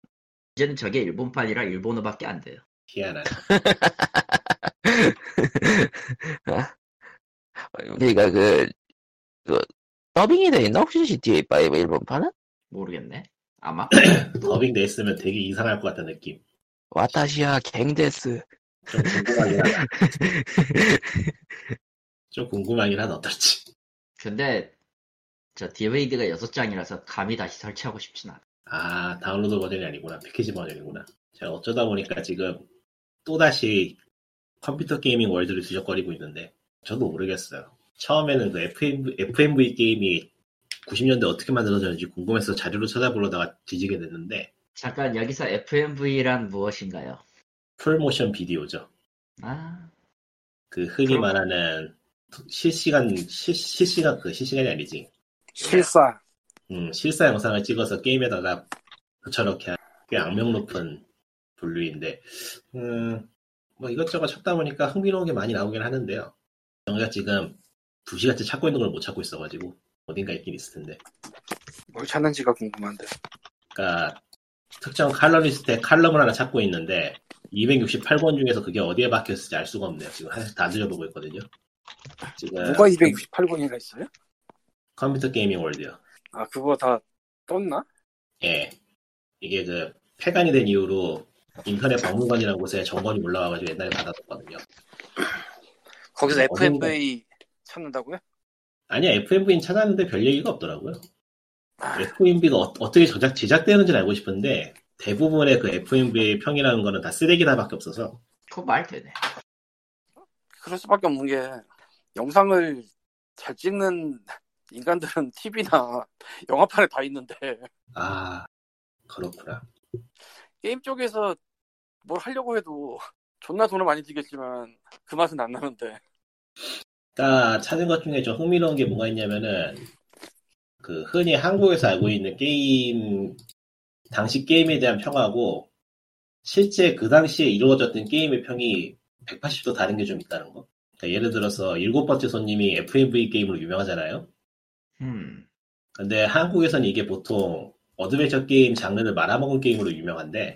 이제는 저게 일본판이라 일본어밖에 안 돼요. 희한한 우리가 그, 그 더빙이 돼 있나 혹시 GTA 5 일본판은? 모르겠네. 아마 더빙돼 있으면 되게 이상할 것 같은 느낌 와타시아 갱데스 좀 궁금하긴 하다. 좀 궁금하긴 하다 어떨지. 근데 저 DVD가 6장이라서 감히 다시 설치하고 싶진 않아. 아 다운로드 버전이 아니구나 패키지 버전이구나. 제가 어쩌다 보니까 지금 또 다시 컴퓨터 게이밍 월드를 뒤적거리고 있는데 저도 모르겠어요. 처음에는 그 FMV, FMV 게임이 90년대 어떻게 만들어졌는지 궁금해서 자료를 찾아보려다가 뒤지게 됐는데 잠깐 여기서 FMV란 무엇인가요? 풀모션 비디오죠. 아, 그 흔히 그럼- 말하는 실시간 실, 실시간 그 실시간이 아니지 실사. 음, 실사 영상을 찍어서 게임에다가 저렇게 꽤 악명 높은 분류인데, 음, 뭐 이것저것 찾다 보니까 흥미로운 게 많이 나오긴 하는데요. 정작 지금 2시간째 찾고 있는 걸 못 찾고 있어가지고, 어딘가 있긴 있을 텐데. 뭘 찾는지가 궁금한데. 그러니까, 특정 칼럼리스트에 칼럼을 하나 찾고 있는데, 268권 중에서 그게 어디에 박혔을지 알 수가 없네요. 지금 하나씩 다 들여보고 있거든요. 지금 누가 268권이나 있어요? 컴퓨터 게이밍 월드요. 아, 그거 다 떴나? 예. 이게 그 폐간이 된 이후로 인터넷 박물관이라는 곳에 정권이 올라와가지고 옛날에 받았거든요. 거기서 음, 어딘가. FMV 찾는다고요? 아니야, FMV는 찾았는데 별 얘기가 없더라고요. 아. FMV가 어, 떻게 저작, 제작되는지는 알고 싶은데 대부분의 그 FMV의 평이라는 거는 다 쓰레기다밖에 없어서 그거 말 되네. 그럴 수밖에 없는 게 영상을 잘 찍는 인간들은 TV나 영화판에 다 있는데 아 그렇구나. 게임 쪽에서 뭘 하려고 해도 존나 돈을 많이 들겠지만 그 맛은 안 나는데 그러니까 찾은 것 중에 좀 흥미로운 게 뭐가 있냐면은 그 흔히 한국에서 알고 있는 게임 당시 게임에 대한 평하고 실제 그 당시에 이루어졌던 게임의 평이 180도 다른 게 좀 있다는 거. 그러니까 예를 들어서 일곱 번째 손님이 FMV 게임으로 유명하잖아요. 음, 근데 한국에서는 이게 보통 어드벤처 게임 장르를 말아먹은 게임으로 유명한데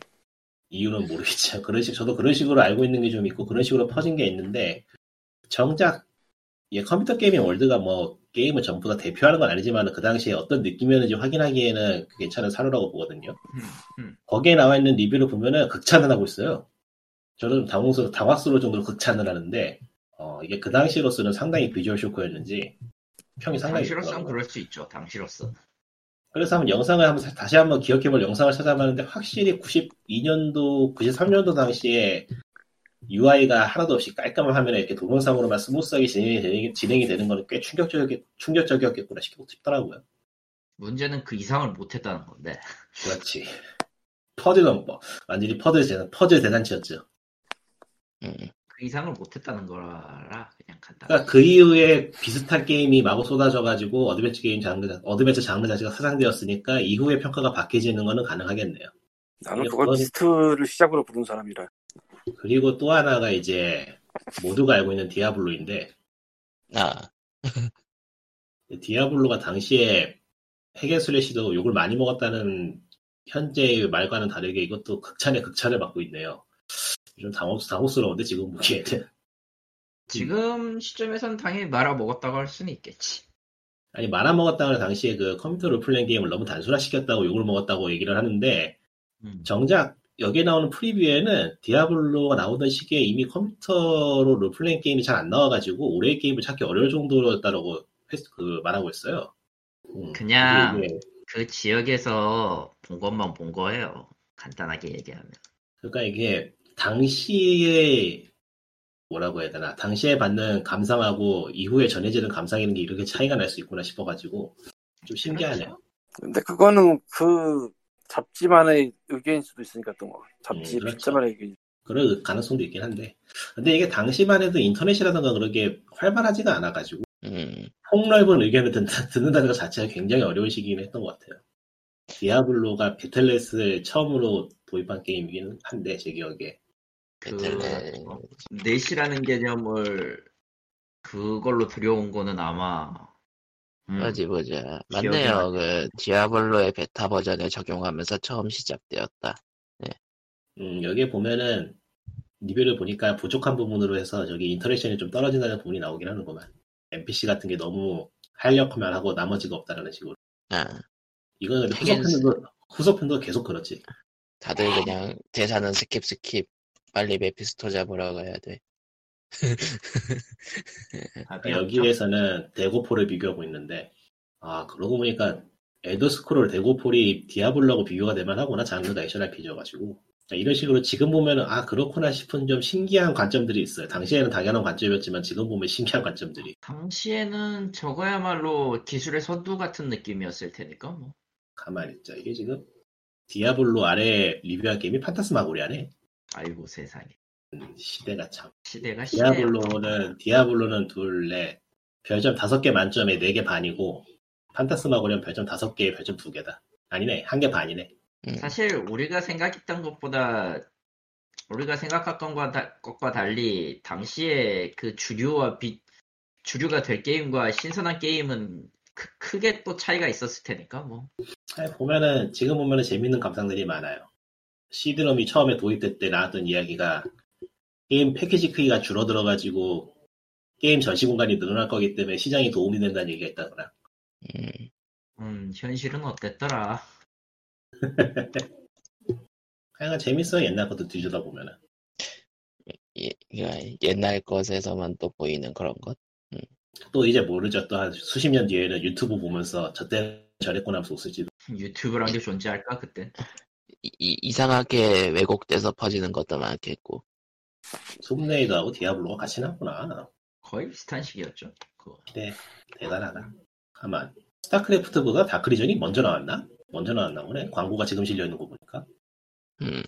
이유는 모르겠지만 그런 식 저도 그런 식으로 알고 있는 게 좀 있고 그런 식으로 퍼진 게 있는데 정작 예, 컴퓨터 게이밍 월드가 뭐 게임을 전부 다 대표하는 건 아니지만 그 당시에 어떤 느낌이었는지 확인하기에는 그 괜찮은 사료라고 보거든요. 음, 음. 거기에 나와 있는 리뷰를 보면은 극찬을 하고 있어요. 저는 좀 당황스러, 당황스러울 정도로 극찬을 하는데 어, 이게 그 당시로서는 상당히 비주얼 쇼크였는지 평이 상당히 당시로서는 좋더라고요. 그럴 수 있죠. 당시로서. 그래서 한번 영상을 한번 다시 한번 기억해볼 영상을 찾아봤는데 확실히 92년도, 93년도 당시에 UI가 하나도 없이 깔끔한 화면에 이렇게 동영상으로만 스무스하게 진행이, 되는- 진행이 되는 거는 꽤 충격적이, 충격적이었겠구나 싶- 싶더라고요. 문제는 그 이상을 못했다는 건데. 그렇지. 퍼즐 넘버. 완전히 퍼즐, 재- 퍼즐 대잔치였죠. 음. 그 이상을 못했다는 거라 그냥 간다. 그러니까 그 이후에 비슷한 게임이 마구 쏟아져가지고 어드벤처 게임 장르, 자- 어드벤처 장르 자체가 사상되었으니까 이후에 평가가 바뀌지는 거는 가능하겠네요. 나는 이게 그걸 그건- 비스트를 시작으로 부른 사람이라. 그리고 또 하나가 이제 모두가 알고 있는 디아블로인데 아, 디아블로가 당시에 핵의슬래시도 욕을 많이 먹었다는 현재의 말과는 다르게 이것도 극찬의 극찬을 받고 있네요. 좀 당혹, 당혹스러운데 지금 보기에는 지금 시점에선 당연히 말아먹었다고 할 수는 있겠지. 아니 말아먹었다는 당시에 그 컴퓨터 롤플레잉 게임을 너무 단순화시켰다고 욕을 먹었다고 얘기를 하는데 음. 정작 여기에 나오는 프리뷰에는 디아블로가 나오던 시기에 이미 컴퓨터로 롤플레잉 게임이 잘 안 나와가지고 올해의 게임을 찾기 어려울 정도였다라고 했- 그 말하고 있어요. 음, 그냥 근데 이게 그 지역에서 본 것만 본 거예요. 간단하게 얘기하면. 그러니까 이게 당시에 뭐라고 해야 되나 당시에 받는 감상하고 이후에 전해지는 감상이라는 게 이렇게 차이가 날 수 있구나 싶어가지고 좀 신기하네요. 그렇죠. 근데 그거는 그 잡지만의 의견일 수도 있으니까 또 뭐. 잡지 음, 그렇죠. 피자만의 의견. 그럴 가능성도 있긴 한데 근데 이게 당시만 해도 인터넷이라든가 그런 게 활발하지가 않아가지고 음, 폭넓은 의견을 듣는, 듣는다는 것 자체가 굉장히 어려운 시기긴 했던 것 같아요. 디아블로가 배틀넷을 처음으로 도입한 게임이긴 한데 제 기억에 배틀넷. 그 넷이라는 개념을 그걸로 들여온 거는 아마 음, 어디 보자. 기억이 맞네요. 안 그 디아블로의 베타 버전을 적용하면서 처음 시작되었다. 음, 여기에 보면은 리뷰를 보니까 부족한 부분으로 해서 저기 인터랙션이 좀 떨어진다는 부분이 나오긴 하는구만. NPC 같은 게 너무 활력만 하고 나머지가 없다라는 식으로. 아, 이거는 근데 되게 후속편도, 후속편도 계속 그렇지. 다들 아. 그냥 대사는 스킵 스킵. 빨리 메피스토 잡으러 가야 돼. 답이 그러니까 없죠. 여기에서는 대고포를 비교하고 있는데, 아, 그러고 보니까 에더스크롤 대고폴이 디아블로하고 비교가 될 만하구나. 장르가 액션 RPG여가지고. 이런 식으로 지금 보면은, 아, 그렇구나 싶은 좀 신기한 관점들이 있어요. 당시에는 당연한 관점이었지만 지금 보면 신기한 관점들이. 당시에는 저거야말로 기술의 선두 같은 느낌이었을 테니까 뭐. 가만히 있자. 이게 지금 디아블로 아래 리뷰한 게임이 판타스마고리아네. 아이고 세상에. 음, 시대가 참. 시대가 시대야. 디아블로는 디아블로는 둘레 별점 다섯 개 만점에 네 개 반이고 판타스마고리아는 별점 다섯 개에 별점 두 개다. 아니네 한 개 반이네. 음, 사실 우리가 생각했던 것보다 우리가 생각했던 것과, 다- 것과 달리 당시에 그 주류와 비, 주류가 될 게임과 신선한 게임은 크, 게또 차이가 있었을 테니까 뭐 아니, 보면은 지금 보면은 재밌는 감상들이 많아요. 시드롬이 처음에 도입될 때 나왔던 이야기가 게임 패키지 크기가 줄어들어가지고 게임 전시 공간이 늘어날 거기 때문에 시장이 도움이 된다는 얘기가 있다거나 음. 음, 현실은 어땠더라. 하여간 재밌어요 옛날 것도 뒤져다 보면은 예, 예, 옛날 것에서만 또 보이는 그런 것. 또 이제 모르죠 또 한 수십 년 뒤에는 유튜브 보면서 저때 저랬구나 하면서 웃을지도 유튜브란 게 존재할까 그때? 이, 상하게 왜곡돼서 퍼지는 것도 많겠고. 소문레이더하고 디아블로가 같이 나구나 거의 비슷한 시기였죠. 그거. 대단하다 가만 스타크래프트보다 다크리전이 먼저 나왔나? 먼저 나왔나 보네 광고가 지금 실려있는 거 보니까 음.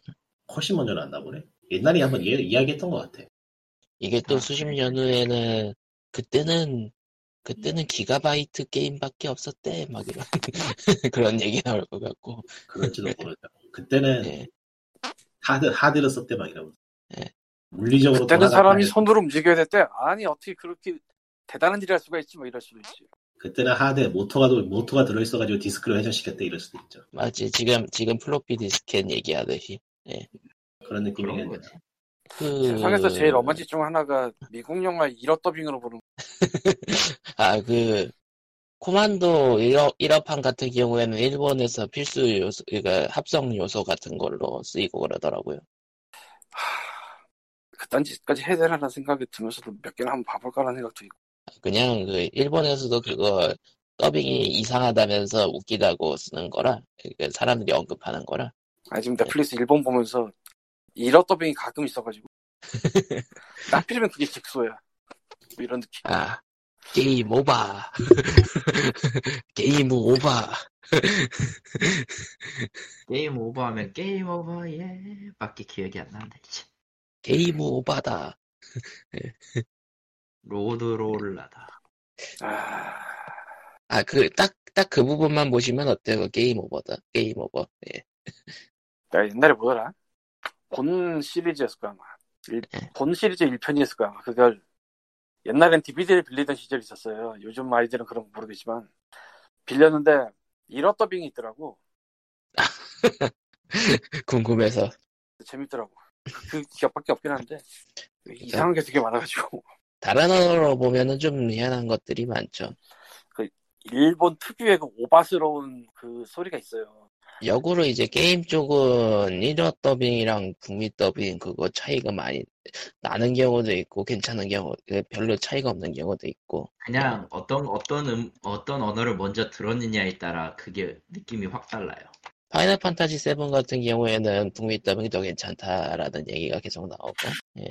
훨씬 먼저 나왔나 보네 옛날에 한번 얘- 이야기했던 것 같아 이게 또 아, 수십 그래. 년 후에는 그때는 음. 그때는 기가바이트 게임밖에 없었대 막 이런 그런 얘기 나올 것 같고. 그럴지도 네. 모르죠 음. 그때는 예. 하드, 하드를 썼대 막 이러면서 네. 물리적으로 그때는 돌아갔다 사람이 해도- 손으로 움직여야 될 때 아니 어떻게 그렇게 대단한 일을 할 수가 있지 뭐 이럴 수도 있지. 그때는 하드에 모터가, 들- 모터가 들어있어가지고 디스크를 회전시켰대 이럴 수도 있죠 맞지. 지금 지금 플로피 디스켓 얘기하듯이. 그런 그런 느낌이겠네. 거지. 그... 세상에서 제일 어마지 중 하나가 미국 영화 일어 더빙으로 보는 아, 그, 코만도 1업, 1업판 같은 경우에는 일본에서 필수 요소, 그러니까 합성 요소 같은 걸로 쓰이고 그러더라고요. 그딴 짓까지 해야 되나 생각이 들면서도 몇 개나 한번 봐볼까라는 생각도 있고 그냥 그, 일본에서도 그거 더빙이 이상하다면서 웃기다고 쓰는 거라, 그러니까 사람들이 언급하는 거라. 아 지금 넷플릭스 일본 보면서 일어 더빙이 가끔 있어가지고 나필이면 그게 직소야 뭐 이런 느낌 아, 게임 오바. 게임 오바. 게임 오버하면 게임 오버 예 밖에 기억이 안 난다 이제. 게임 오바다. 로드롤라다. 아 아, 그, 딱, 딱 그 부분만 보시면 어때요? 그 게임 오버다. 게임 오버. 예. 내가 옛날에 뭐더라? 본 시리즈였을 거야, 아마. 일- 네. 본 시리즈 1편이었을 거야, 아마. 그걸, 옛날엔 DVD를 빌리던 시절이 있었어요. 요즘 아이들은 그런 거 모르겠지만. 빌렸는데, 일어 더빙이 있더라고. 궁금해서. 재밌더라고. 그 기억밖에 없긴 한데. 이상한 게 되게 많아가지고. 다른 언어로 보면은 좀 희한한 것들이 많죠. 일본 특유의 그 오바스러운 그 소리가 있어요. 역으로 이제 게임 쪽은 1화 더빙이랑 북미 더빙 그거 차이가 많이 나는 경우도 있고 괜찮은 경우 그 별로 차이가 없는 경우도 있고 그냥 어떤 어떤 음 어떤 언어를 먼저 들었느냐에 따라 그게 느낌이 확 달라요. 파이널 판타지 7 같은 경우에는 북미 더빙이 더 괜찮다라는 얘기가 계속 나오고 예.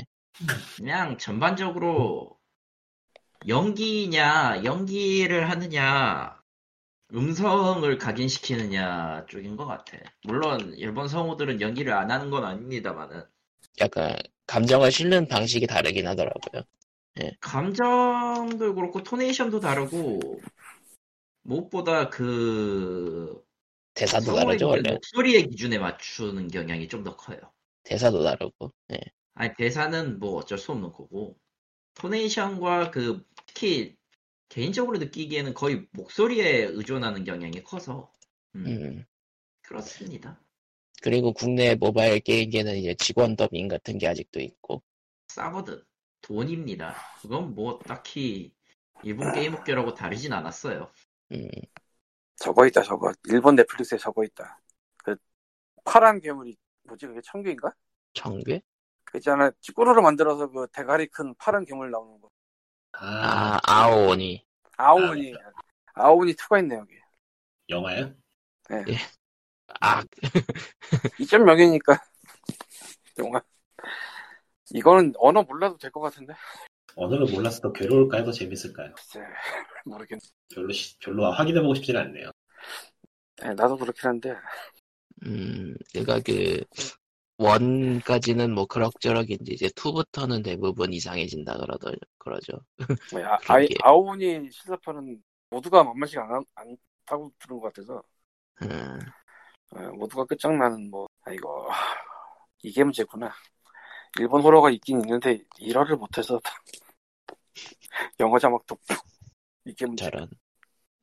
그냥 전반적으로 연기냐, 연기를 하느냐, 음성을 각인시키느냐 쪽인 것 같아. 물론 일본 성우들은 연기를 안 하는 건 아닙니다만은 약간 감정을 실는 방식이 다르긴 하더라고요. 감정도 그렇고 토네이션도 다르고 무엇보다 그 대사도 성우의 다르죠 원래 목소리의 기준에 맞추는 경향이 좀 더 커요. 대사도 다르고 예. 아니 대사는 뭐 어쩔 수 없는 거고 토네이션과 그 특히 개인적으로 느끼기에는 거의 목소리에 의존하는 경향이 커서 음, 음. 그렇습니다. 그리고 국내 모바일 게임계는 이제 직원 더빙 같은 게 아직도 있고 싸거든 돈입니다. 그건 뭐 딱히 일본 게임업계라고 다르진 않았어요. 음. 저거 있다, 저거. 일본 넷플릭스에 저거 있다. 그, 파란 괴물이, 뭐지, 그게 청규인가? 청계? 그 있잖아 찌꾸루로 만들어서 그 대가리 큰 파란 괴물 나오는 거 아, 아 아오니 아오니 아오니 2가 있네 여기 영화요? 啊， 2.0이니까 영화 이거는 언어 몰라도 될 것 같은데 언어를 몰라서 더 괴로울까요? 더 재밌을까요? 글쎄 모르겠네 별로, 시- 별로 확인해보고 싶진 않네요. 네, 나도 그렇긴 한데 음, 그러니까 그 원까지는 뭐 그럭저럭인데 이제 투부터는 대부분 이상해진다 그러더 그러죠. 뭐, 아, 아이, 그러게. 아오니 실사판은 모두가 만만치 않, 않다고 들은 것 같아서 음, 어, 모두가 끝장나는 뭐 아이고 이게 문제구나 일본 호러가 있긴 있는데 일화를 못해서 영어 자막도 이게 문제 저런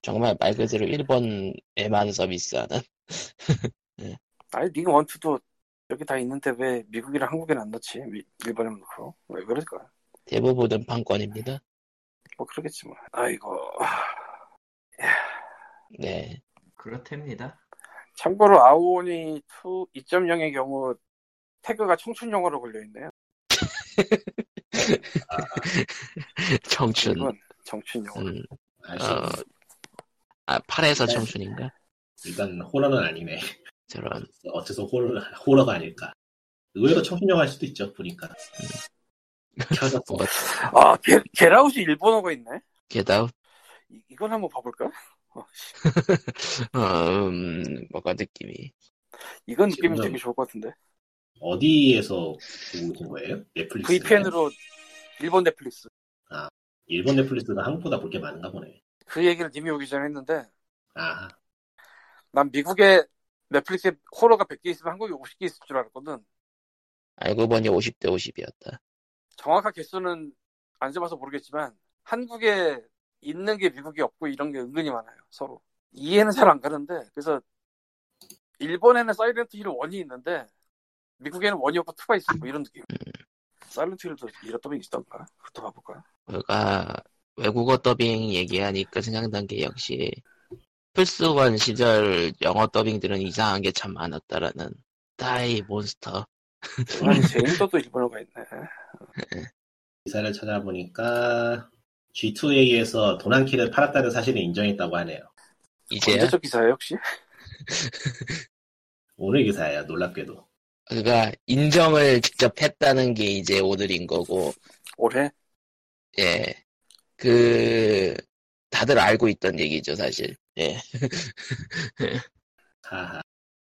정말 말 그대로 일본에만 서비스하는. 아니 링 원투도 여기 다 있는데 왜 미국이랑 한국에는 안 넣지? 미- 일본에만 넣고 왜 그럴까? 대부분은 판권입니다. 뭐 그러겠지 뭐. 아이고. 네, 그렇답니다. 참고로 아오니 2 2.0의 경우 태그가 청춘 영화로 걸려 있네요. 청춘. 이건 청춘 영화. 음, 아, 씨, 어, 아 팔에서 청춘인가? 일단 호러는 아니네. 저런. 어째서 호러, 호러가 아닐까. 의외로 청춘영화일 수도 있죠, 보니까. 켜졌어. 음. 뭔가 아 게, 게라웃이 일본어가 있네. 게다웃. 이, 이건 한번 봐볼까? 어, 씨. 어, 음, 뭔가 느낌이. 이건 느낌이 지금은- 되게 좋을 것 같은데. 어디에서 보고 오신 거예요? 넷플릭스. VPN으로 일본 넷플릭스. 일본 넷플릭스는 한국보다 볼 게 많은가 보네. 그 얘기를 님이 오기 전에 했는데 아, 난 미국에 넷플릭스에 호러가 100개 있으면 한국에 50개 있을 줄 알았거든. 알고 보니 50대 50이었다. 정확한 개수는 안 잡아서 모르겠지만 한국에 있는 게 미국이 없고 이런 게 은근히 많아요 서로 이해는 잘 안 가는데 그래서 일본에는 사이렌트 힐 원이 있는데 미국에는 원이 없고 투가 있어 뭐 이런 느낌. 사일런트 힐도 이렇다면 있던가? 그것도 봐볼까? 우리가 외국어 더빙 얘기하니까 생각난 게 역시 플스1 시절 영어 더빙들은 이상한 게 참 많았다라는 다이 몬스터 아니 제인도도 일본어가 있네. 기사를 찾아보니까 G2A에서 도난키를 팔았다는 사실을 인정했다고 하네요. 이제야 언제적 기사예요 혹시? 오늘 기사예요, 놀랍게도. 그가 인정을 직접 했다는 게 이제 오늘인 거고 올해? 예 그 다들 알고 있던 얘기죠 사실 예 하하,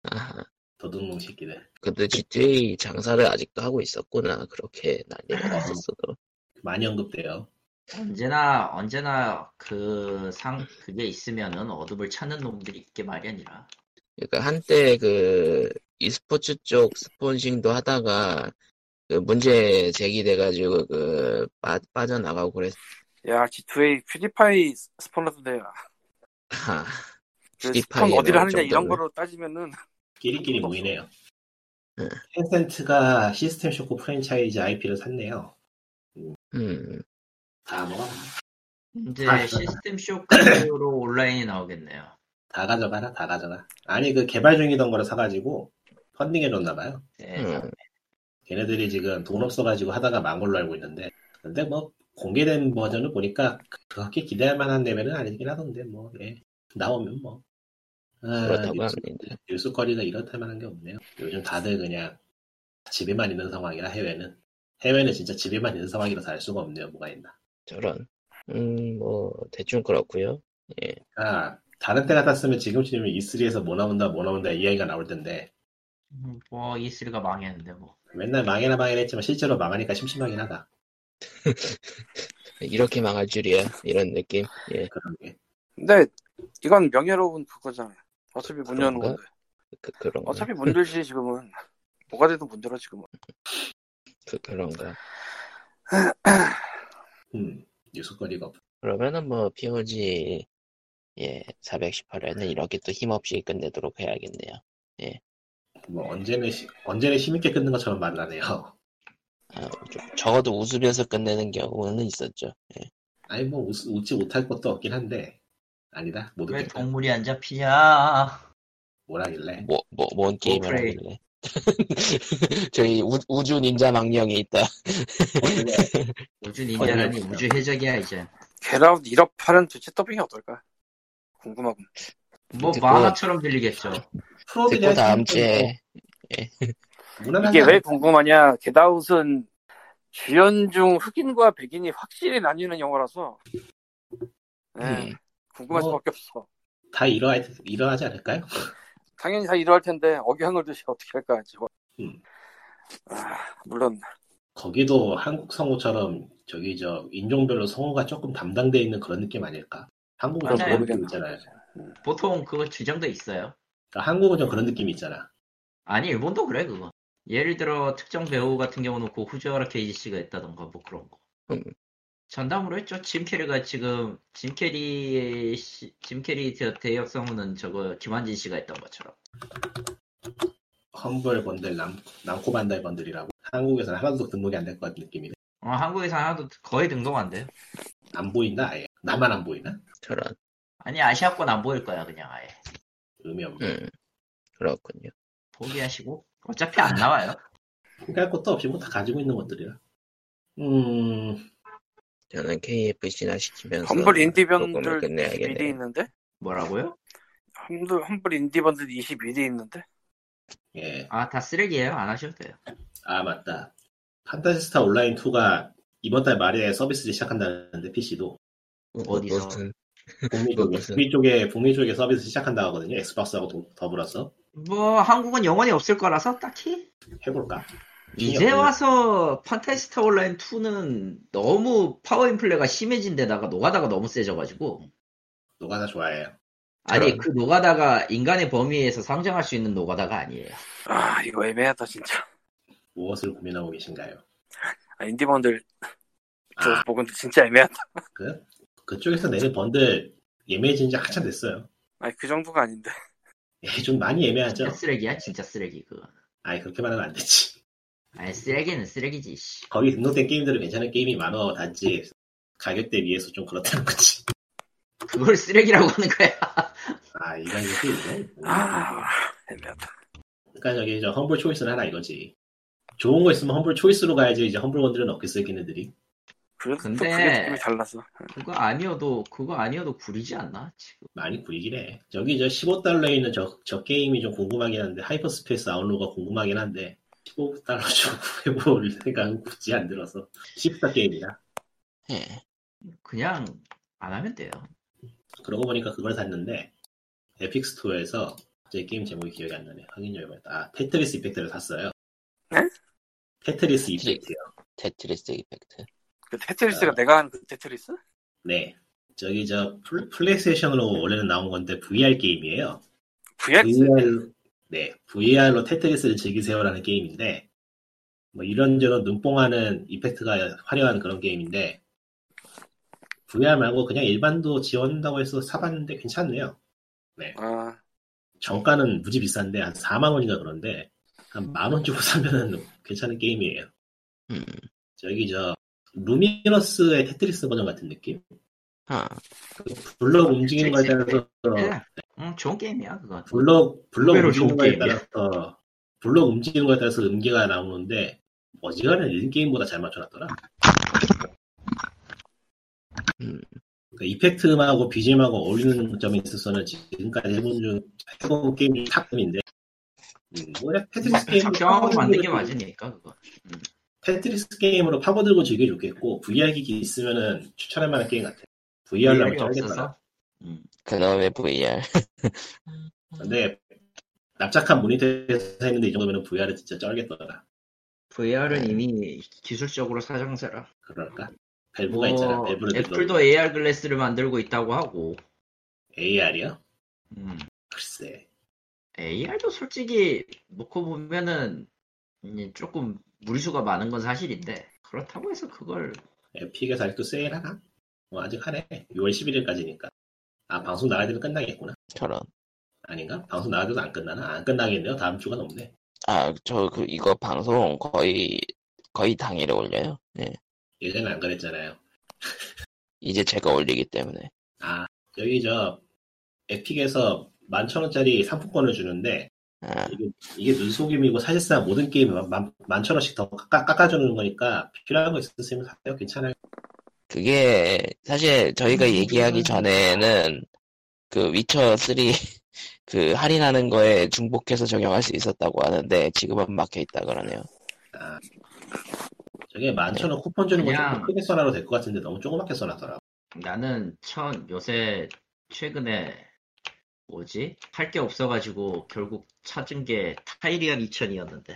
아하. 도둑놈 새끼들. 근데 GTA 장사를 아직도 하고 있었구나 그렇게 난리가 났었어도 많이 언급돼요. 언제나 언제나 그 상 그게 있으면은 어둠을 찾는 놈들이 있게 마련이라. 그러니까 한때 그 e스포츠 쪽 스폰싱도 하다가 그 문제 제기돼가지고 그 빠, 빠져나가고 그랬 야 G2A 퓨디파이 스폰서인데 하, 그 스폰 퓨디파이에 어디를 나올 하느냐 이런 정도면. 거로 따지면은 끼리끼리 모이네요. 그렇죠. 네. 텐센트가 시스템 쇼크 프랜차이즈 IP를 샀네요. 음, 다 뭐, 근데 아, 시스템 쇼크로 온라인이 나오겠네요. 다 가져가라, 다 가져가. 아니, 그 개발 중이던 거를 사가지고 펀딩해줬나봐요. 네. 음. 걔네들이 지금 돈 없어가지고 하다가 망 걸로 알고 있는데. 근데 뭐, 공개된 버전을 보니까 그렇게 기대할 만한 레벨은 아니긴 하던데, 뭐, 예. 나오면 뭐. 아, 그렇다고 뉴스- 합니다. 뉴스거리가 이렇다면 한 게 없네요. 요즘 다들 그냥 집에만 있는 상황이라 해외는. 해외는 진짜 집에만 있는 상황이라서 알 수가 없네요, 뭐가 있나. 저런. 음, 뭐, 대충 그렇고요 그러니까 다른 때 같았으면 지금쯤이면 E3에서 뭐 나온다, 뭐 나온다 이야기가 나올 텐데 음, 뭐 E3가 망했는데 뭐. 맨날 망해라 망해라 했지만 실제로 망하니까 심심하긴 하다. 이렇게 망할 줄이야. 이런 느낌. 예, 그런 게. 근데 이건 명예로운 그거잖아요. 어차피 문 여는 그런가? 건데. 그, 그런 거. 어차피 문 열지 지금은 뭐가 되든 문 열어 지금은. 그, 그런가. 음, 뉴스거리가 없. 그러면은 뭐, POG, 예, 418회는 이렇게 또 힘없이 끝내도록 해야겠네요. 뭐 언제는 시- 언제는 힘있게 끊는 것처럼 말라네요. 아, 좀- 적어도 웃으면서 끝내는 경우는 있었죠. 예. 아니 뭐 웃, 지 못할 것도 없긴 한데 아니다 못 왜 웃겠다. 동물이 안 잡히냐? 뭐라길래 뭐, 뭐, 뭔 게임을 프레이. 하길래. 저희 우, 우주 닌자 망령이 있다. 어, 뭐 우주 닌자라니 우주 해적이야 이제. 게라웃 1억파는 도대체 더빙이 어떨까? 궁금하군. 뭐 듣고- 만화처럼 들리겠죠. 듣고 다음 주에 무난한 이게 왜 궁금하냐? 게다웃은 주연 중 흑인과 백인이 확실히 나뉘는 영화라서 네, 음. 궁금할 뭐. 수밖에 없어. 다 이러 이러하지 않을까요? 당연히 다 이러할 텐데 억양을 듯이 어떻게 할까 지금. 음. 아, 물론 거기도 한국 성우처럼 저기 저 인종별로 성우가 조금 담당돼 있는 그런 느낌 아닐까? 한국은 좀 맞아요. 그런 느낌 있잖아요. 보통 그거 규정돼 있어요. 그러니까 한국은 좀 그런 느낌이 있잖아. 아니 일본도 그래 그거. 예를 들어 특정 배우 같은 경우는 그 후지와라 케이지 씨가 있다던가 뭐 그런 거. 음. 전담으로 했죠. 짐 캐리가 지금 짐 캐리 씨- 짐 캐리 대- 대역 성우는 저거 김환진 씨가 했던 것처럼. 험블 번들 남 남코 반달 번들이라고 한국에서는 하나도 등록이 안 될 것 같은 느낌이네. 어, 한국에서 하나도 거의 등록 안 돼요. 안 보인다 아예. 나만 안 보이나? 저런. 아니 아시아권 안 보일 거야 그냥 아예. 의미 없네. 음. 그렇군요. 포기하시고 어차피 안 나와요. 생각할 것도 없이 뭐 다 가지고 있는 것들이라. 음 저는 KFC나 시키면서. 험블 녹음을 인디변들 끝내야겠네요. 21위 있는데 뭐라고요? 험블 험블 인디변들 21위 있는데 예. 아 다 쓰레기예요. 안 하셔도 돼요. 아 맞다. 판타지스타 온라인 2가 이번 달 말에 서비스 시작한다는데 PC도 어디서? 뭐, 무슨, 북미 그거 쪽에 무슨- 북미 쪽에 북미 쪽에 서비스 시작한다 하거든요. 엑스박스하고 도- 더불어서 뭐 한국은 영원히 없을 거라서 딱히 해볼까? 어, 이제 와서 판타지스타 온라인 2는 너무 파워 인플레가 심해진 데다가 노가다가 너무 세져가지고 노가다 좋아해요. 아니 저런. 그 노가다가 인간의 범위에서 상정할 수 있는 노가다가 아니에요. 아 이거 애매하다 진짜. 무엇을 고민하고 계신가요? 아, 인디번들 저 아. 보건 진짜 애매하다. 그 그쪽에서 내는 번들 예매해진 지 한참 됐어요. 아니 그 정도가 아닌데. 예, 좀 많이 애매하죠. 진짜 쓰레기야 진짜 쓰레기 그거. 아예 그렇게 말하면 안 되지. 아니 쓰레기는 쓰레기지. 씨. 거기 등록된 게임들은 괜찮은 게임이 많아. 단지 가격대 비해서 좀 그렇다는 거지. 그걸 쓰레기라고 하는 거야. 아 이런 게있네 아, 애매하다. 그러니까 저기 저 험블 초이스는 하나 이거지. 좋은 거 있으면 험블 초이스로 가야지 이제 험블 원들은 없겠어 걔네들이. 그래서 근데- 그게 느낌이 달라서. 그거 아니어도 그거 아니어도 구리지 않나 지금. 많이 구리긴 해. 저기 저 15달러에 있는 저, 저 게임이 좀 궁금하긴 한데 하이퍼스페이스 아웃로가 궁금하긴 한데 15달러 주고 해볼 생각은 굳이 안 들어서 14 게임이야. 예. 그냥 안 하면 돼요. 그러고 보니까 그걸 샀는데 에픽 스토어에서 제 게임 제목이 기억이 안 나네. 확인 좀 해봐야겠다. 아 테트리스 이펙트를 샀어요. 네? 테트리스 이펙트요. 테트리스 이펙트. 그 아. 테트리스가 내가 하는 그 테트리스? 네. 저기 저 플- 플레이스테이션으로 원래는 나온 건데 VR 게임이에요. VR? 음. VR, 네, VR로 테트리스를 즐기세요라는 게임인데, 뭐 이런저런 눈뽕하는 이펙트가 화려한 그런 게임인데, VR 말고 그냥 일반도 지원한다고 해서 사봤는데 괜찮네요. 아, 정가는 무지 비싼데, 한 4만원인가 그런데, 한 만 원 주고 사면은 괜찮은 게임이에요. 음. 저기 저, 루미너스의 테트리스 버전 같은 느낌? 아, 블럭 움직이는 거에 따라서, 예. 응, 좋은 게임이야 그건. 음, 블럭 블럭 의외로 움직이는 좋은 거에 게임이야. 따라서 어, 블럭 움직이는 거에 따라서 음계가 나오는데 어지간한 일 게임보다 잘 맞춰놨더라. 음. 그 이펙트음하고 BGM하고 어울리는 점에 있어서는 지금까지 해본 중 해본 게임 중 탑급인데 음, 뭐 그냥 테트리스 게임 작정하고 만든 게 맞으니까 그거. 테트리스 게임으로 파고들고 즐겨 좋겠고 VR 기기 있으면은 추천할 만한 게임 같아. VR로 VR이 하면 쩔겠더라. 없어서. 음. 그놈의 VR. 근데 납작한 모니터에서 했는데 이 정도면 VR은 진짜 쩔겠더라. VR은 이미 기술적으로 사정세라. 그럴까? 밸브가 있잖아. 밸브를 뭐, 애플도 AR 글래스를 만들고 있다고 하고. AR이요? 음. 글쎄. AR도 솔직히 놓고 보면은 음, 조금 무리수가 많은 건 사실인데 그렇다고 해서 그걸 에픽에서 아직도 세일하나? 뭐 아직 하네. 6월 11일까지니까. 아 방송 나가야 되면 끝나겠구나. 저런. 아닌가? 방송 나가도 안 끝나나? 안 끝나겠네요. 다음 주가 넘네. 아, 저 그 이거 방송 거의 거의 당일에 올려요. 예. 예전에 안 그랬잖아요. 이제 제가 올리기 때문에. 아 여기 저 에픽에서 11,000원짜리 상품권을 주는데 아, 이게 눈속임이고 사실상 모든 게임이 11,000원씩 더 깎아, 깎아주는 거니까 필요한 거 있으시면 사세요. 괜찮아요. 그게 사실 저희가 음, 얘기하기 그건- 전에는 그 위쳐 3 그 할인하는 거에 중복해서 적용할 수 있었다고 하는데 지금은 막혀 있다 그러네요. 아, 저게 11,000원 쿠폰 주는 거 네. 그냥- 좀 크게 써놔도 될 것 같은데 너무 조그맣게 써놨더라. 나는 천 요새 최근에 뭐지 할 게 없어가지고 결국 찾은 게 타이리안 2000이었는데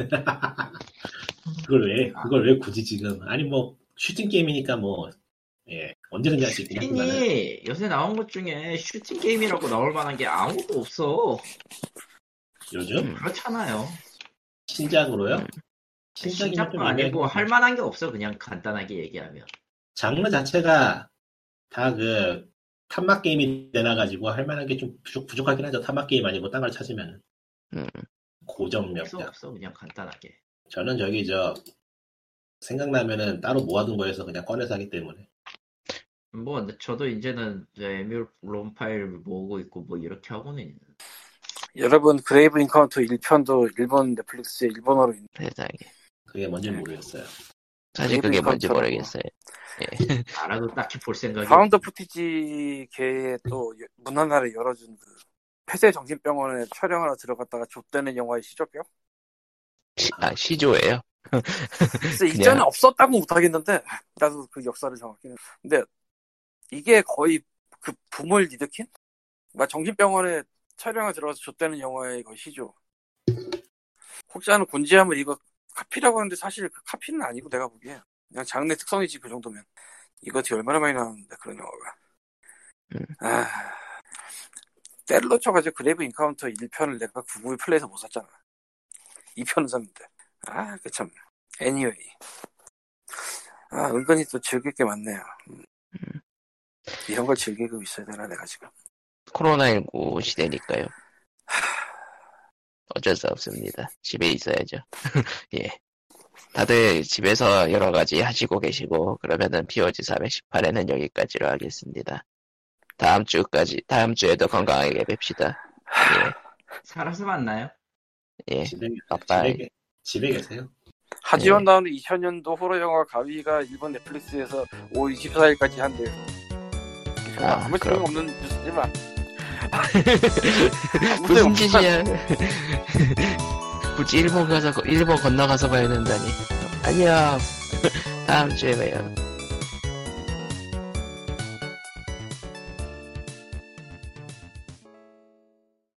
음, 그걸 왜 아. 그걸 왜 굳이 지금 아니 뭐 슈팅 게임이니까 뭐, 뭐예 언제든지 할 수 있긴 하지만 슈팅이 요새 나온 것 중에 슈팅 게임이라고 나올 만한 게 아무것도 없어 요즘 음. 그렇잖아요 신작으로요 신작이면 신작도 좀 애매하긴 아니고 한데. 할 만한 게 없어 그냥 간단하게 얘기하면 장르 자체가 다 그 탐막 게임이 되나가지고 할 만한 게 좀 부족, 부족하긴 하죠 탐막 게임 아니고 딴걸 찾으면 음. 없어 고정력이야 없어 그냥 간단하게 저는 저기 저 생각나면은 따로 모아둔 거에서 그냥 꺼내서 하기 때문에 뭐 근데 저도 이제는 에뮬 롬 파일 모으고 있고 뭐 이렇게 하고는 있는 여러분, 그레이브 인카운터 1편도 일본 넷플릭스에 일본어로 있는. 세상에. 그게 뭔지 모르겠어요 사실 그게 그게 뭔지 컨트롤러. 모르겠어요. 알아도 딱히 볼 생각이 사운드 푸티지 계에 또 문화나를 열어준 그 폐쇄 정신병원에 촬영하러 들어갔다가 좁되는 영화의 시조병? 시, 아, 시조예요? 그래서 이전에 없었다고 못하겠는데 나도 그 역사를 정확히는 근데 이게 거의 그 붐을 일으킨? 막 정신병원에 촬영을 들어가서 줬다는 영화의 거의 시조 혹자는 곤지암을 이거 카피라고 하는데 사실 그 카피는 아니고 내가 보기에 그냥 장르 특성이지 그 정도면 이거 뒤 얼마나 많이 나왔는데 그런 영화가 음. 아 때를 놓쳐가지고 그래브 인카운터 1편을 내가 구글 플레이에서 못 샀잖아 2편은 샀는데 아그참 anyway 아, 은근히 또 즐길 게 많네요. 음. 이런 걸 즐기고 있어야 되나, 내가 지금. 코로나19 시대니까요. 어쩔 수 없습니다. 집에 있어야죠. 예. 다들 집에서 여러 가지 하시고 계시고 그러면은 POG 418에는 여기까지로 하겠습니다. 다음 주까지 다음 주에도 건강하게 뵙시다. 살아서 만나요. 예. 예. 집에, 빠빠이. 집에, 계- 집에 계세요. 하지원 나오는 2000년도 호러 영화 가위가 일본 넷플릭스에서 5월 24일까지 한대요. 네. 아, 아, 무 그럼. 소용없는 뉴스지만 무슨 짓이야. 굳이 일본 가서, 일본 건너가서 봐야 된다니. 안녕. 다음 주에 봬요.